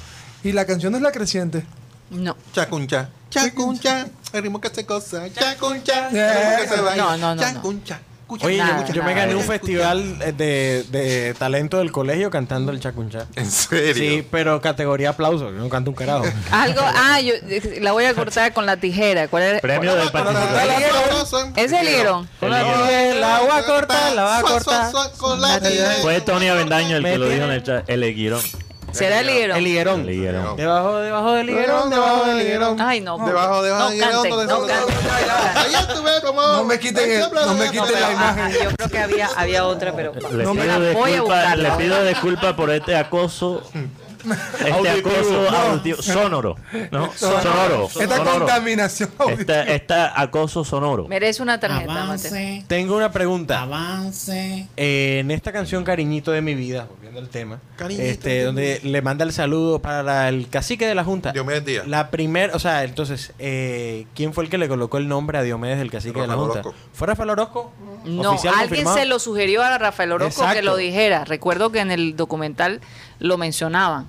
Speaker 6: Y la canción es la creciente.
Speaker 2: No.
Speaker 5: Chacuncha. Chacuncha. El ritmo que se cosa. Chacuncha.
Speaker 6: Eh,
Speaker 5: El ritmo que se baila.
Speaker 2: no, no, no, no.
Speaker 5: Chacuncha. cucha,
Speaker 3: Oye, yo-
Speaker 2: Nada,
Speaker 3: yo,
Speaker 5: cucha.
Speaker 3: me
Speaker 2: nada.
Speaker 3: gané un festival eh, de, de talento del colegio cantando el chacunchá.
Speaker 5: ¿En serio?
Speaker 3: Sí, pero categoría aplauso. Yo no canto un carajo.
Speaker 2: Algo. Ah, yo la voy a cortar con la tijera. ¿Cuál era?
Speaker 4: Premio de participación.
Speaker 2: ¿Es el higuerón?
Speaker 4: El
Speaker 3: No,
Speaker 4: higuerón.
Speaker 3: eh, la voy a cortar, la voy a cortar.
Speaker 4: Fue Tony Avendaño el que
Speaker 3: Me
Speaker 4: lo dijo en
Speaker 3: tiene-
Speaker 4: el chat. El Eguirón.
Speaker 2: ¿Será el higuerón?
Speaker 3: El higuerón.
Speaker 4: El Eguirón.
Speaker 3: Debajo, debajo del higuerón, debajo del higuerón.
Speaker 2: Ay, no.
Speaker 5: Debajo, debajo
Speaker 2: No
Speaker 5: del higuerón,
Speaker 2: canten,
Speaker 5: donde
Speaker 2: no
Speaker 5: se-
Speaker 2: canten, no, ya va.
Speaker 6: No me quiten el- no me quiten la
Speaker 2: Ajá, yo creo que había, había otra, pero
Speaker 4: Le
Speaker 2: no me
Speaker 4: pido,
Speaker 2: la voy a
Speaker 4: disculpa,
Speaker 2: buscar.
Speaker 4: le pido disculpas por este acoso. Este acoso auditivo- sonoro. ¿no? Sonoro.
Speaker 6: Esta
Speaker 4: sonoro.
Speaker 6: contaminación.
Speaker 4: Esta, esta acoso sonoro.
Speaker 2: Merece una tarjeta, Mateo.
Speaker 3: Tengo una pregunta. Eh, en esta canción Cariñito de mi vida, obviamente, volviendo al tema,
Speaker 5: Cariñito,
Speaker 3: este, donde le manda el saludo para el cacique de la Junta.
Speaker 5: Dios me bendiga.
Speaker 3: La primera, o sea, entonces, eh, ¿quién fue el que le colocó el nombre a Diomedes del cacique de la
Speaker 5: Rafael
Speaker 3: Junta?
Speaker 5: Orozco.
Speaker 3: ¿Fue Rafael Orozco?
Speaker 2: No,
Speaker 3: Oficial
Speaker 2: alguien
Speaker 3: confirmado.
Speaker 2: se lo sugirió a Rafael Orozco que
Speaker 3: Exacto.
Speaker 2: lo dijera. Recuerdo que en el documental lo mencionaban.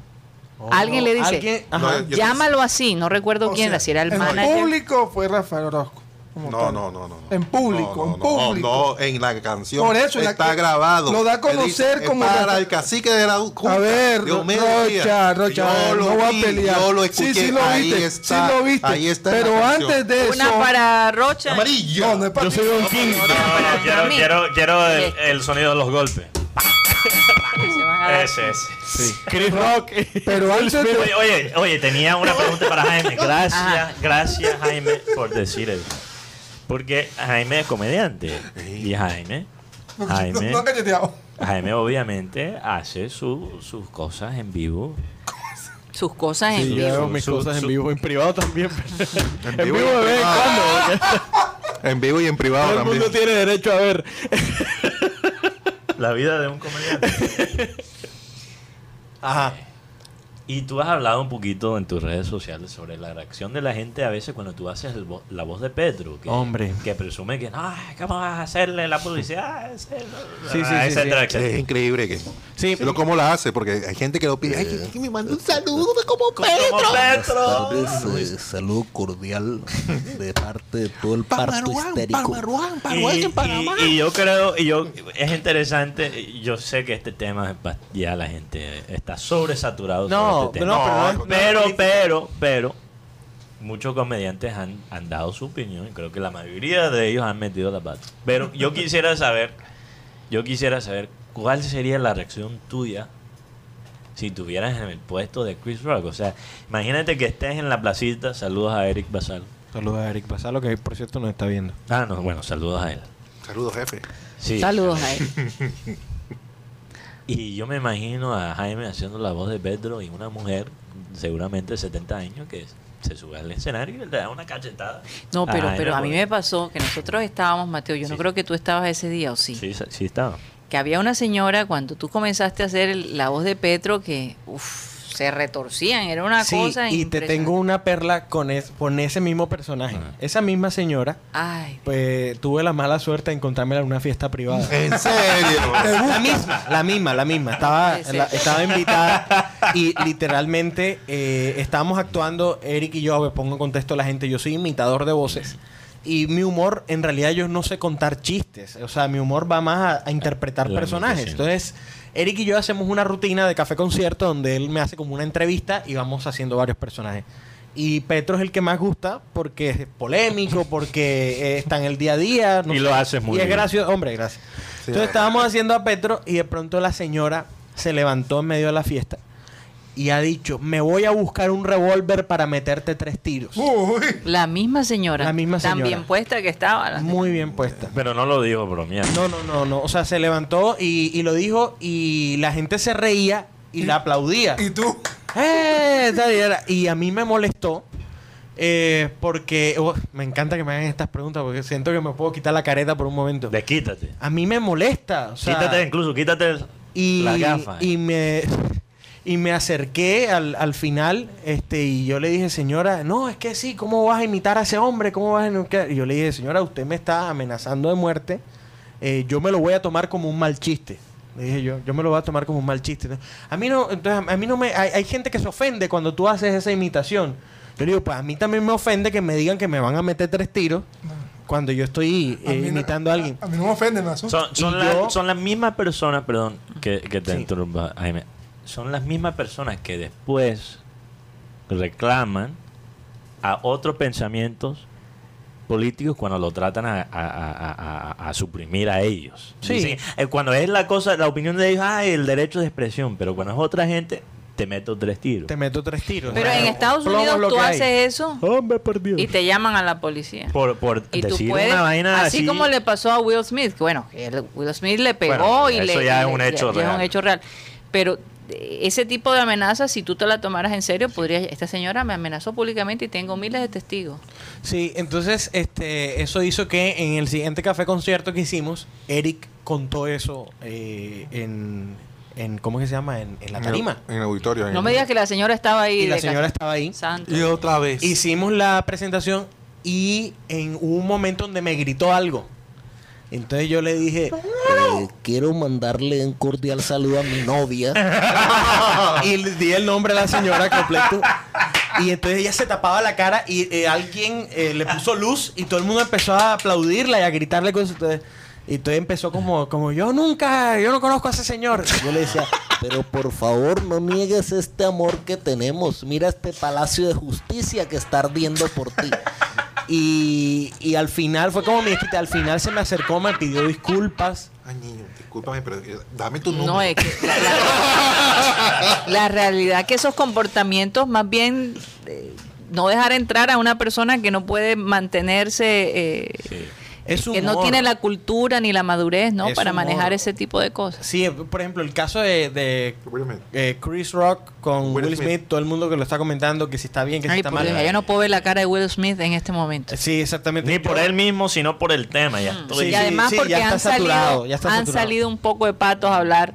Speaker 3: Oh,
Speaker 2: alguien le dice,
Speaker 3: alguien- ajá.
Speaker 5: No, yo-
Speaker 2: llámalo así, no recuerdo
Speaker 6: O
Speaker 2: quién
Speaker 6: sea,
Speaker 2: era, si era el
Speaker 6: en
Speaker 2: manager.
Speaker 6: público fue Rafael Orozco. como
Speaker 5: No,
Speaker 6: tal.
Speaker 5: no, no, no, no.
Speaker 6: En público,
Speaker 5: No, no,
Speaker 6: en
Speaker 5: no, no,
Speaker 6: público.
Speaker 5: No, en la canción.
Speaker 6: Por eso, en la
Speaker 5: está
Speaker 6: que-
Speaker 5: grabado.
Speaker 6: lo da a
Speaker 5: Que dice,
Speaker 6: conocer
Speaker 5: "Es
Speaker 6: como
Speaker 5: para
Speaker 6: la-
Speaker 5: el cacique de la Junta.
Speaker 6: A ver,
Speaker 5: Dios me
Speaker 6: Rocha,
Speaker 5: bendiga.
Speaker 6: Rocha,
Speaker 5: Yo lo
Speaker 6: no voy
Speaker 5: vi,
Speaker 6: a pelear.
Speaker 5: Yo lo
Speaker 6: sí,
Speaker 5: escuché.
Speaker 6: sí lo
Speaker 5: ahí
Speaker 6: viste,
Speaker 5: está,
Speaker 6: sí lo viste.
Speaker 5: Ahí está. en la
Speaker 6: Pero
Speaker 5: canción.
Speaker 6: antes de eso.
Speaker 2: Una para Rocha.
Speaker 5: Amarillo.
Speaker 6: No, no es para
Speaker 3: Yo
Speaker 6: ti.
Speaker 3: soy Don King.
Speaker 2: para
Speaker 4: quiero
Speaker 2: mí.
Speaker 4: quiero, quiero el, el sonido de los golpes.
Speaker 2: que se van a dar.
Speaker 4: Ese, ese.
Speaker 3: Chris Rock.
Speaker 6: Pero antes de,
Speaker 4: Oye, oye, oye, tenía una pregunta para Jaime. Gracias,
Speaker 2: Ajá.
Speaker 4: gracias Jaime por decir eso. Porque Jaime es comediante. Y Jaime, Jaime,
Speaker 6: No, no, cacheteado.
Speaker 4: Jaime obviamente hace su- sus cosas en vivo.
Speaker 2: Sus cosas en
Speaker 3: Sí, yo
Speaker 2: vivo.
Speaker 3: hago mis
Speaker 4: su-
Speaker 3: cosas
Speaker 4: su-
Speaker 3: en vivo, en privado también.
Speaker 5: En
Speaker 3: en
Speaker 5: vivo
Speaker 3: vivo,
Speaker 5: y en
Speaker 3: bebé,
Speaker 5: privado. Ah,
Speaker 3: ¿cuándo? Porque
Speaker 5: En vivo y en privado
Speaker 3: Todo el
Speaker 5: también.
Speaker 3: mundo tiene derecho a ver.
Speaker 4: La vida de un comediante.
Speaker 3: Ajá.
Speaker 4: Y tú has hablado un poquito en tus redes sociales sobre la reacción de la gente a veces cuando tú haces el vo- la voz de Pedro. Que,
Speaker 3: Hombre.
Speaker 4: Que presume que, no, ¿cómo vas a hacerle la publicidad?
Speaker 3: sí, sí,
Speaker 4: etcétera, etcétera.
Speaker 3: sí.
Speaker 5: Es increíble que.
Speaker 3: Sí,
Speaker 5: Pero cómo la hace, porque hay gente que lo pide.
Speaker 1: Eh,
Speaker 5: Ay, que me manda un saludo de como Pedro.
Speaker 4: Como Petro.
Speaker 1: Tardes, eh, saludo cordial de parte de todo el parto histérico.
Speaker 4: Y, y- y yo creo, y yo, es interesante, yo sé que este tema es bas- ya la gente está sobresaturado. sobre
Speaker 3: No,
Speaker 4: este
Speaker 3: pero
Speaker 4: tema.
Speaker 3: no, pero no-
Speaker 4: pero, pero, pero, muchos comediantes han, han dado su opinión y creo que la mayoría de ellos han metido la pata. Pero yo quisiera saber, yo quisiera saber cuál sería la reacción tuya si tuvieras en el puesto de Chris Rock. O sea, imagínate que estés en la placita, saludos a Eric Basal.
Speaker 3: Saludos a Eric Basalo, que por cierto nos está viendo.
Speaker 4: Ah, no, bueno, saludos a él.
Speaker 5: Saludos, jefe.
Speaker 4: Sí.
Speaker 2: Saludos a él.
Speaker 4: Y yo me imagino a Jaime haciendo la voz de Pedro y una mujer, seguramente de 70 años, que se sube al escenario y le da una cachetada.
Speaker 2: No, pero,
Speaker 4: Jaime,
Speaker 2: pero a mí
Speaker 4: pues.
Speaker 2: me pasó que nosotros estábamos, Mateo, yo no
Speaker 4: Sí.
Speaker 2: creo que tú estabas ese día, ¿o sí?
Speaker 4: Sí, sa- sí estaba.
Speaker 2: Que había una señora, cuando tú comenzaste a hacer el- la voz de Petro, que uf, se retorcían, era una
Speaker 3: sí,
Speaker 2: cosa
Speaker 3: y te
Speaker 2: impresionante.
Speaker 3: tengo una perla con, es- con ese mismo personaje. Esa misma señora,
Speaker 2: Ay,
Speaker 3: pues tuve la mala suerte de encontrármela en una fiesta privada.
Speaker 5: En serio.
Speaker 3: La misma, la misma, la misma. Estaba,
Speaker 2: Puede ser.
Speaker 3: la- estaba invitada y literalmente eh, estábamos actuando, Eric y yo, a ver, pongo en contexto a la gente, yo soy imitador de voces. Y mi humor, en realidad yo no sé contar chistes. O sea, mi humor va más a, a interpretar
Speaker 4: La
Speaker 3: personajes.
Speaker 4: imitación.
Speaker 3: Entonces, Eric y yo hacemos una rutina de café concierto donde él me hace como una entrevista y vamos haciendo varios personajes. Y Petro es el que más gusta porque es polémico, porque eh, está en el día a día.
Speaker 4: Y lo haces muy
Speaker 3: y es
Speaker 4: bien.
Speaker 3: gracioso. Hombre, gracias. Entonces estábamos haciendo a Petro y de pronto la señora se levantó en medio de la fiesta y ha dicho, me voy a buscar un revólver para meterte tres tiros.
Speaker 5: Uy.
Speaker 2: la misma señora.
Speaker 3: La misma
Speaker 2: Tan
Speaker 3: señora.
Speaker 2: bien puesta que estaba. la-
Speaker 3: Muy bien puesta.
Speaker 4: Pero no lo digo bromeando.
Speaker 3: No, no, no, no. O sea, se levantó y, y lo dijo y la gente se reía y, la aplaudía.
Speaker 6: ¿Y tú?
Speaker 3: ¡Eh! esta era- Y a mí me molestó eh, porque oh, me encanta que me hagan estas preguntas porque siento que me puedo quitar la careta por un momento.
Speaker 4: Desquítate.
Speaker 3: A mí me molesta. O sea,
Speaker 4: quítate, incluso quítate el-
Speaker 3: y,
Speaker 4: las gafas.
Speaker 3: y me y me acerqué al, al final este y yo le dije señora no es que sí cómo vas a imitar a ese hombre cómo vas a imitar?" y yo le dije señora usted me está amenazando de muerte Eh, yo me lo voy a tomar como un mal chiste le dije yo yo me lo voy a tomar como un mal chiste ¿no? a mí no entonces a mí no me hay, hay gente que se ofende cuando tú haces esa imitación yo le digo pues a mí también me ofende que me digan que me van a meter tres tiros cuando yo estoy
Speaker 6: A
Speaker 3: eh,
Speaker 6: mí no-
Speaker 3: imitando a alguien
Speaker 6: A mí no me ofende, me asusta.
Speaker 4: son, son
Speaker 3: y
Speaker 4: las-
Speaker 3: yo-
Speaker 4: son las mismas personas, perdón, que, que te
Speaker 3: Sí.
Speaker 4: interrumpa, Jaime. Son las mismas personas que después reclaman a otros pensamientos políticos cuando lo tratan a, a- a- a- a- a suprimir a ellos.
Speaker 3: Sí.
Speaker 4: Dicen, eh, cuando es la cosa, la opinión de ellos, ah, el derecho de expresión, pero cuando es otra gente, te meto tres tiros.
Speaker 3: te meto tres tiros
Speaker 2: Pero en
Speaker 3: Bueno,
Speaker 2: Estados
Speaker 3: plomo es
Speaker 2: Unidos
Speaker 3: lo
Speaker 2: tú
Speaker 3: que hay.
Speaker 2: haces eso
Speaker 4: Hombre, por Dios.
Speaker 2: y te llaman a la policía.
Speaker 4: Por, por
Speaker 2: Y tú
Speaker 4: decir
Speaker 2: puedes,
Speaker 4: una vaina
Speaker 2: así,
Speaker 4: así.
Speaker 2: como le pasó a Will Smith, que bueno, que el- Will Smith le pegó
Speaker 4: Bueno,
Speaker 2: y le...
Speaker 4: eso ya
Speaker 2: y
Speaker 4: es
Speaker 2: le-
Speaker 4: un hecho
Speaker 2: ya es
Speaker 4: real.
Speaker 2: un hecho real. Pero eh, ese tipo de amenazas, si tú te la tomaras en serio, podría... Esta señora me amenazó públicamente y tengo miles de testigos.
Speaker 3: Sí, entonces este, eso hizo que en el siguiente café concierto que hicimos, Eric contó eso eh, en, en ¿cómo es que se llama? En, en la tarima.
Speaker 5: En, en auditorio. en-
Speaker 2: No me digas que la señora estaba ahí.
Speaker 3: Y la
Speaker 2: de
Speaker 3: señora
Speaker 2: casa.
Speaker 3: estaba ahí.
Speaker 2: Santo.
Speaker 10: Y otra vez.
Speaker 3: Hicimos la presentación y en hubo un momento donde me gritó algo. Entonces yo le dije
Speaker 9: Eh, quiero mandarle un cordial saludo a mi novia.
Speaker 3: y le di el nombre a la señora completo. Y entonces ella se tapaba la cara y eh, alguien eh, le puso luz y todo el mundo empezó a aplaudirla y a gritarle cosas. Entonces, y entonces empezó como, como yo nunca, yo no conozco a ese señor.
Speaker 9: Yo le decía, pero por favor no niegues este amor que tenemos. Mira este palacio de justicia que está ardiendo por ti.
Speaker 3: Y, y al final fue como mi esquita. Al final se me acercó, me pidió disculpas.
Speaker 5: Ay, niño, discúlpame, pero eh, dame tu número.
Speaker 2: No es que la, la- la realidad que esos comportamientos más bien eh, no dejar entrar a una persona que no puede mantenerse eh,
Speaker 3: Es
Speaker 2: que no
Speaker 3: humor.
Speaker 2: tiene la cultura ni la madurez, ¿no?
Speaker 3: Es
Speaker 2: para
Speaker 3: humor.
Speaker 2: manejar ese tipo de cosas.
Speaker 3: Sí, eh, por ejemplo, el caso de, de,
Speaker 5: Wait a minute.
Speaker 3: eh, Chris Rock con
Speaker 5: Will
Speaker 3: Will,
Speaker 5: Smith.
Speaker 3: Smith. todo el mundo que lo está comentando, que si está bien, que si
Speaker 2: Ay,
Speaker 3: está
Speaker 2: por
Speaker 3: mal.
Speaker 2: Dios, yo no puedo ver la cara de Will Smith en este momento.
Speaker 3: Sí, exactamente.
Speaker 11: Ni por
Speaker 3: Yo-
Speaker 11: él mismo, sino por el tema. Ya estoy.
Speaker 3: Sí,
Speaker 2: y además
Speaker 3: sí, ya
Speaker 2: porque
Speaker 3: está
Speaker 2: han,
Speaker 3: saturado, ya
Speaker 2: salido,
Speaker 3: está
Speaker 2: han
Speaker 3: saturado.
Speaker 2: salido un poco de patos a hablar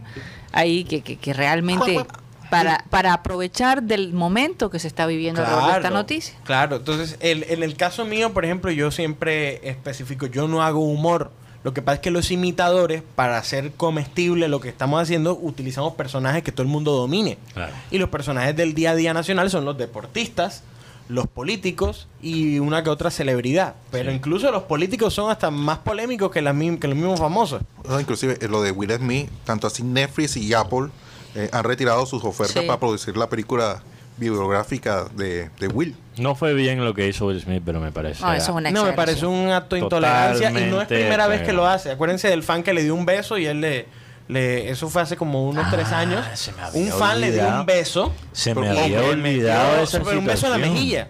Speaker 2: ahí que, que- que realmente para, para aprovechar del momento que se está viviendo alrededor de esta noticia.
Speaker 3: Claro, entonces el- en el caso mío, por ejemplo, yo siempre especifico, yo no hago humor. Lo que pasa es que los imitadores, para hacer comestible lo que estamos haciendo, utilizamos personajes que todo el mundo domine.
Speaker 4: Claro.
Speaker 3: Y los personajes del día a día nacional son los deportistas, los políticos y una que otra celebridad. Pero incluso los políticos son hasta más polémicos que, las mim- que los mismos famosos.
Speaker 5: No, inclusive eh, lo de Will Smith, tanto así Netflix y Apple eh, han retirado sus ofertas
Speaker 2: Sí.
Speaker 5: para producir la película biográfica de, de Will.
Speaker 4: No fue bien lo que hizo Will Smith, pero me parece.
Speaker 2: No, eso es una
Speaker 3: No, me
Speaker 2: exageración.
Speaker 3: parece un acto de intolerancia y no es
Speaker 4: Totalmente
Speaker 3: primera vez que lo
Speaker 4: pegado.
Speaker 3: hace. Acuérdense del fan que le dio un beso y él le. le- eso fue hace como unos tres años.
Speaker 4: Ah, se me había
Speaker 3: Un fan le dio
Speaker 4: olvidado.
Speaker 3: un beso.
Speaker 4: Se me
Speaker 3: porque-
Speaker 4: había
Speaker 3: y le
Speaker 4: olvidado
Speaker 3: metió-
Speaker 4: esa
Speaker 3: pero un beso en la
Speaker 4: situación.
Speaker 3: mejilla.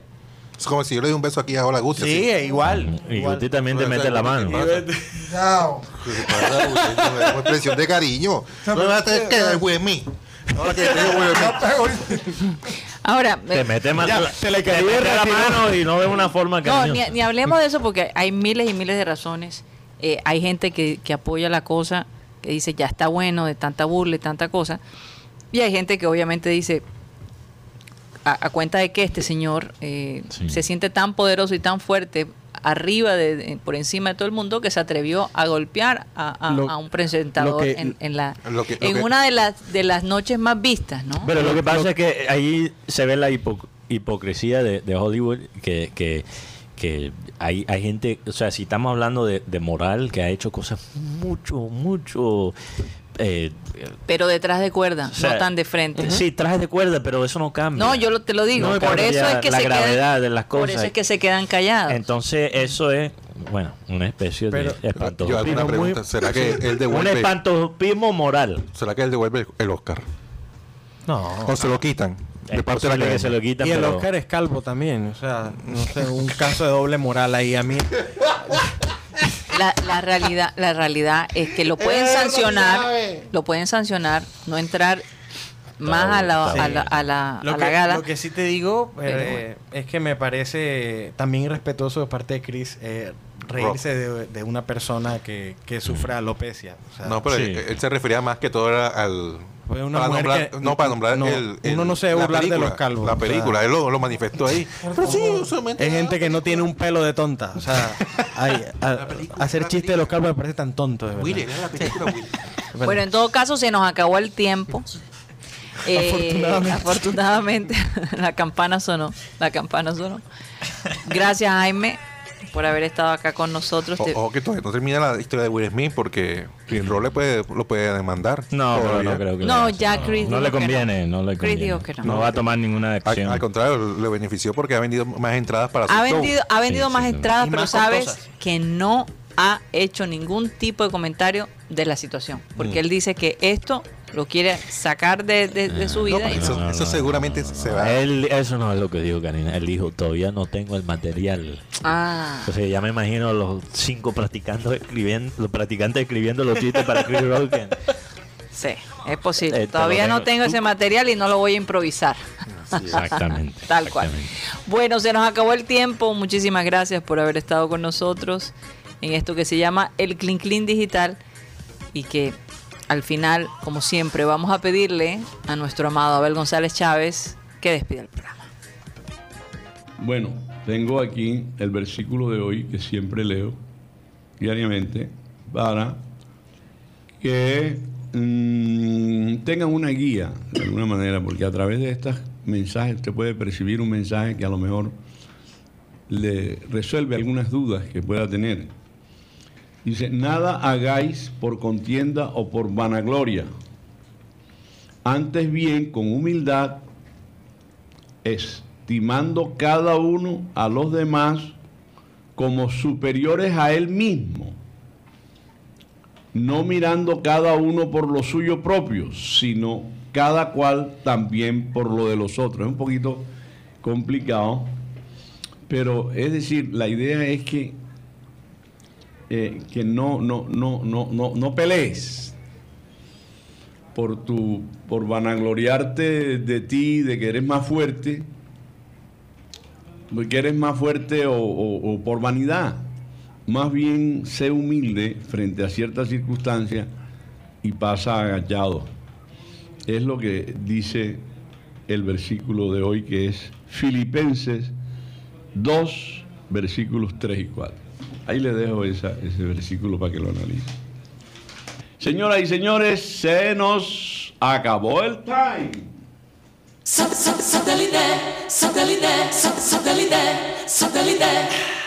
Speaker 5: Es como si yo le di un beso aquí a Hola Guti.
Speaker 3: Sí, eh, igual.
Speaker 4: Y
Speaker 3: igual.
Speaker 4: Guti también te
Speaker 5: Pero
Speaker 4: mete
Speaker 5: eso es
Speaker 4: la
Speaker 5: lo que
Speaker 4: mano.
Speaker 5: pasa. Lo que pasa, Guti, es una expresión de cariño. No me vas a tener que dar Will Smith. Ahora que tengo Will Smith.
Speaker 2: Ahora,
Speaker 4: Te
Speaker 2: eh,
Speaker 4: mete más
Speaker 3: Ya,
Speaker 4: la-
Speaker 3: se le
Speaker 4: te
Speaker 3: cayó el
Speaker 4: mete la
Speaker 3: ratito.
Speaker 4: mano y no ve una forma
Speaker 2: No,
Speaker 4: cariñosa.
Speaker 2: ni, ni hablemos de eso porque hay miles y miles de razones. Eh, hay gente que, que apoya la cosa, que dice ya está bueno de tanta burla y tanta cosa. Y hay gente que obviamente dice, a, a cuenta de que este señor eh,
Speaker 4: Sí.
Speaker 2: se siente tan poderoso y tan fuerte arriba, de, de- por encima de todo el mundo, que se atrevió a golpear a, a-
Speaker 3: Lo-
Speaker 2: a un presentador
Speaker 3: lo que-
Speaker 2: en, en la,
Speaker 5: lo que- lo
Speaker 2: en
Speaker 5: que-
Speaker 2: una de las, de las noches más vistas, ¿no?
Speaker 4: Pero lo que pasa es que ahí se ve la hipo- hipocresía de, de Hollywood, que, que, que hay, hay gente, o sea, si estamos hablando de, de moral, que ha hecho cosas mucho, mucho... eh,
Speaker 2: Pero detrás de cuerda,
Speaker 4: o sea,
Speaker 2: no tan de frente.
Speaker 4: Sí, trajes de cuerda, pero eso no cambia.
Speaker 2: No, yo lo- te lo digo.
Speaker 4: No
Speaker 2: por eso
Speaker 4: cambia
Speaker 2: es que
Speaker 4: la
Speaker 2: se
Speaker 4: gravedad
Speaker 2: quedan,
Speaker 4: de las
Speaker 2: Por eso
Speaker 4: cosas.
Speaker 2: es que se quedan callados.
Speaker 4: Entonces, eso es, bueno, una especie
Speaker 3: Pero-
Speaker 4: de espantojo.
Speaker 5: Yo hago una pregunta. ¿Será que él
Speaker 4: un
Speaker 5: devuelve,
Speaker 4: espantojismo moral.
Speaker 5: ¿será que él devuelve el- el Oscar?
Speaker 3: No.
Speaker 5: ¿O se lo quitan? De
Speaker 4: Es
Speaker 5: parte de la
Speaker 4: posible que
Speaker 5: academia.
Speaker 4: se lo quitan,
Speaker 3: Y el
Speaker 4: pero-
Speaker 3: Oscar es calvo también. O sea, no sé, un caso de doble moral ahí a mí.
Speaker 2: La, la realidad, la realidad es que lo pueden sancionar, lo pueden sancionar, no entrar más a la,
Speaker 4: bien,
Speaker 2: a la,
Speaker 4: está
Speaker 2: a la,
Speaker 3: Lo
Speaker 2: a
Speaker 3: que,
Speaker 2: la gala.
Speaker 3: lo que sí te digo
Speaker 2: Pero
Speaker 3: eh, es que me parece también irrespetuoso de parte de Chris eh, reírse de, de una persona que, que sufre alopecia. O sea,
Speaker 5: Mm. No, pues, pero
Speaker 4: Sí.
Speaker 5: él, él se refería más que todo era al.
Speaker 3: Fue una
Speaker 5: para
Speaker 3: mujer
Speaker 5: nombrar,
Speaker 3: que-
Speaker 5: no, para nombrar
Speaker 3: no,
Speaker 5: el, el-
Speaker 3: uno no se debe
Speaker 5: la
Speaker 3: burlar de los
Speaker 5: película,
Speaker 3: calvos,
Speaker 5: La
Speaker 3: o sea.
Speaker 5: película, él lo, lo manifestó ahí. Pero sí, usualmente-
Speaker 3: es gente que no tiene un pelo de tonta. O sea, ay, a-
Speaker 5: película,
Speaker 3: hacer
Speaker 5: la
Speaker 3: chiste de los calvos me parece tan tonto. de verdad.
Speaker 5: Willy, era la película Willy.
Speaker 3: De verdad.
Speaker 2: Bueno, en todo caso, se nos acabó el tiempo. Eh,
Speaker 3: Afortunadamente.
Speaker 2: afortunadamente, la campana sonó. La campana sonó. Gracias, Jaime, por haber estado acá con nosotros.
Speaker 5: O-
Speaker 2: Te-
Speaker 5: Ojo que todavía no termina la historia de Will Smith porque Chris Rock le puede, lo puede demandar.
Speaker 4: No, pero
Speaker 5: todavía.
Speaker 4: no creo que
Speaker 2: No,
Speaker 4: lo haga.
Speaker 2: ya Chris
Speaker 4: No
Speaker 2: dijo
Speaker 4: le
Speaker 2: que
Speaker 4: conviene, no le
Speaker 2: Chris
Speaker 4: conviene.
Speaker 2: dijo que no.
Speaker 4: No va a tomar ninguna
Speaker 5: Al,
Speaker 4: acción.
Speaker 5: al contrario, le benefició porque ha vendido más entradas para su
Speaker 2: ha
Speaker 5: show.
Speaker 2: vendido, ha vendido
Speaker 4: Sí,
Speaker 2: más
Speaker 4: sí,
Speaker 2: entradas,
Speaker 3: y
Speaker 2: pero
Speaker 3: más
Speaker 2: sabes
Speaker 3: costosas.
Speaker 2: que no ha hecho ningún tipo de comentario de la situación. Porque él dice que esto lo quiere sacar de, de- de su
Speaker 5: No,
Speaker 2: vida.
Speaker 5: pero
Speaker 2: y-
Speaker 5: eso,
Speaker 4: No, no,
Speaker 5: eso
Speaker 4: no,
Speaker 5: seguramente se va.
Speaker 4: Él, eso no es lo que dijo Karina. Él dijo, todavía no tengo el material.
Speaker 2: Ah,
Speaker 4: Entonces ya me imagino a los cinco practicando escribiendo, los practicantes escribiendo los chistes para Chris Rock. que-
Speaker 2: sí, es posible.
Speaker 4: Eh, te lo
Speaker 2: Todavía no
Speaker 4: tengo.
Speaker 2: tengo ese material y no lo voy a improvisar.
Speaker 4: Exactamente.
Speaker 2: Tal cual.
Speaker 4: exactamente.
Speaker 2: Bueno, se nos acabó el tiempo. Muchísimas gracias por haber estado con nosotros en esto que se llama el Clean Clean Digital y que al final, como siempre, vamos a pedirle a nuestro amado Abel González Chávez que despida el programa.
Speaker 10: Bueno, tengo aquí el versículo de hoy que siempre leo diariamente para que mm, tengan una guía de alguna manera, porque a través de estos mensajes usted puede percibir un mensaje que a lo mejor le resuelve algunas dudas que pueda tener. Dice, nada hagáis por contienda o por vanagloria, antes bien con humildad, estimando cada uno a los demás como superiores a él mismo, no mirando cada uno por lo suyo propio, sino cada cual también por lo de los otros. Es un poquito complicado, pero es decir, la idea es que, eh, que no, no, no, no, no, no pelees por tu por vanagloriarte de ti, de que eres más fuerte, porque eres más fuerte o, o- o por vanidad. Más bien sé humilde frente a ciertas circunstancias y pasa agachado. Es lo que dice el versículo de hoy que es Filipenses 2, versículos 3 y 4. Ahí le dejo esa- ese versículo para que lo analice. Señoras y señores, se nos acabó el time.
Speaker 12: Satellite, satellite, satellite, satellite, satellite.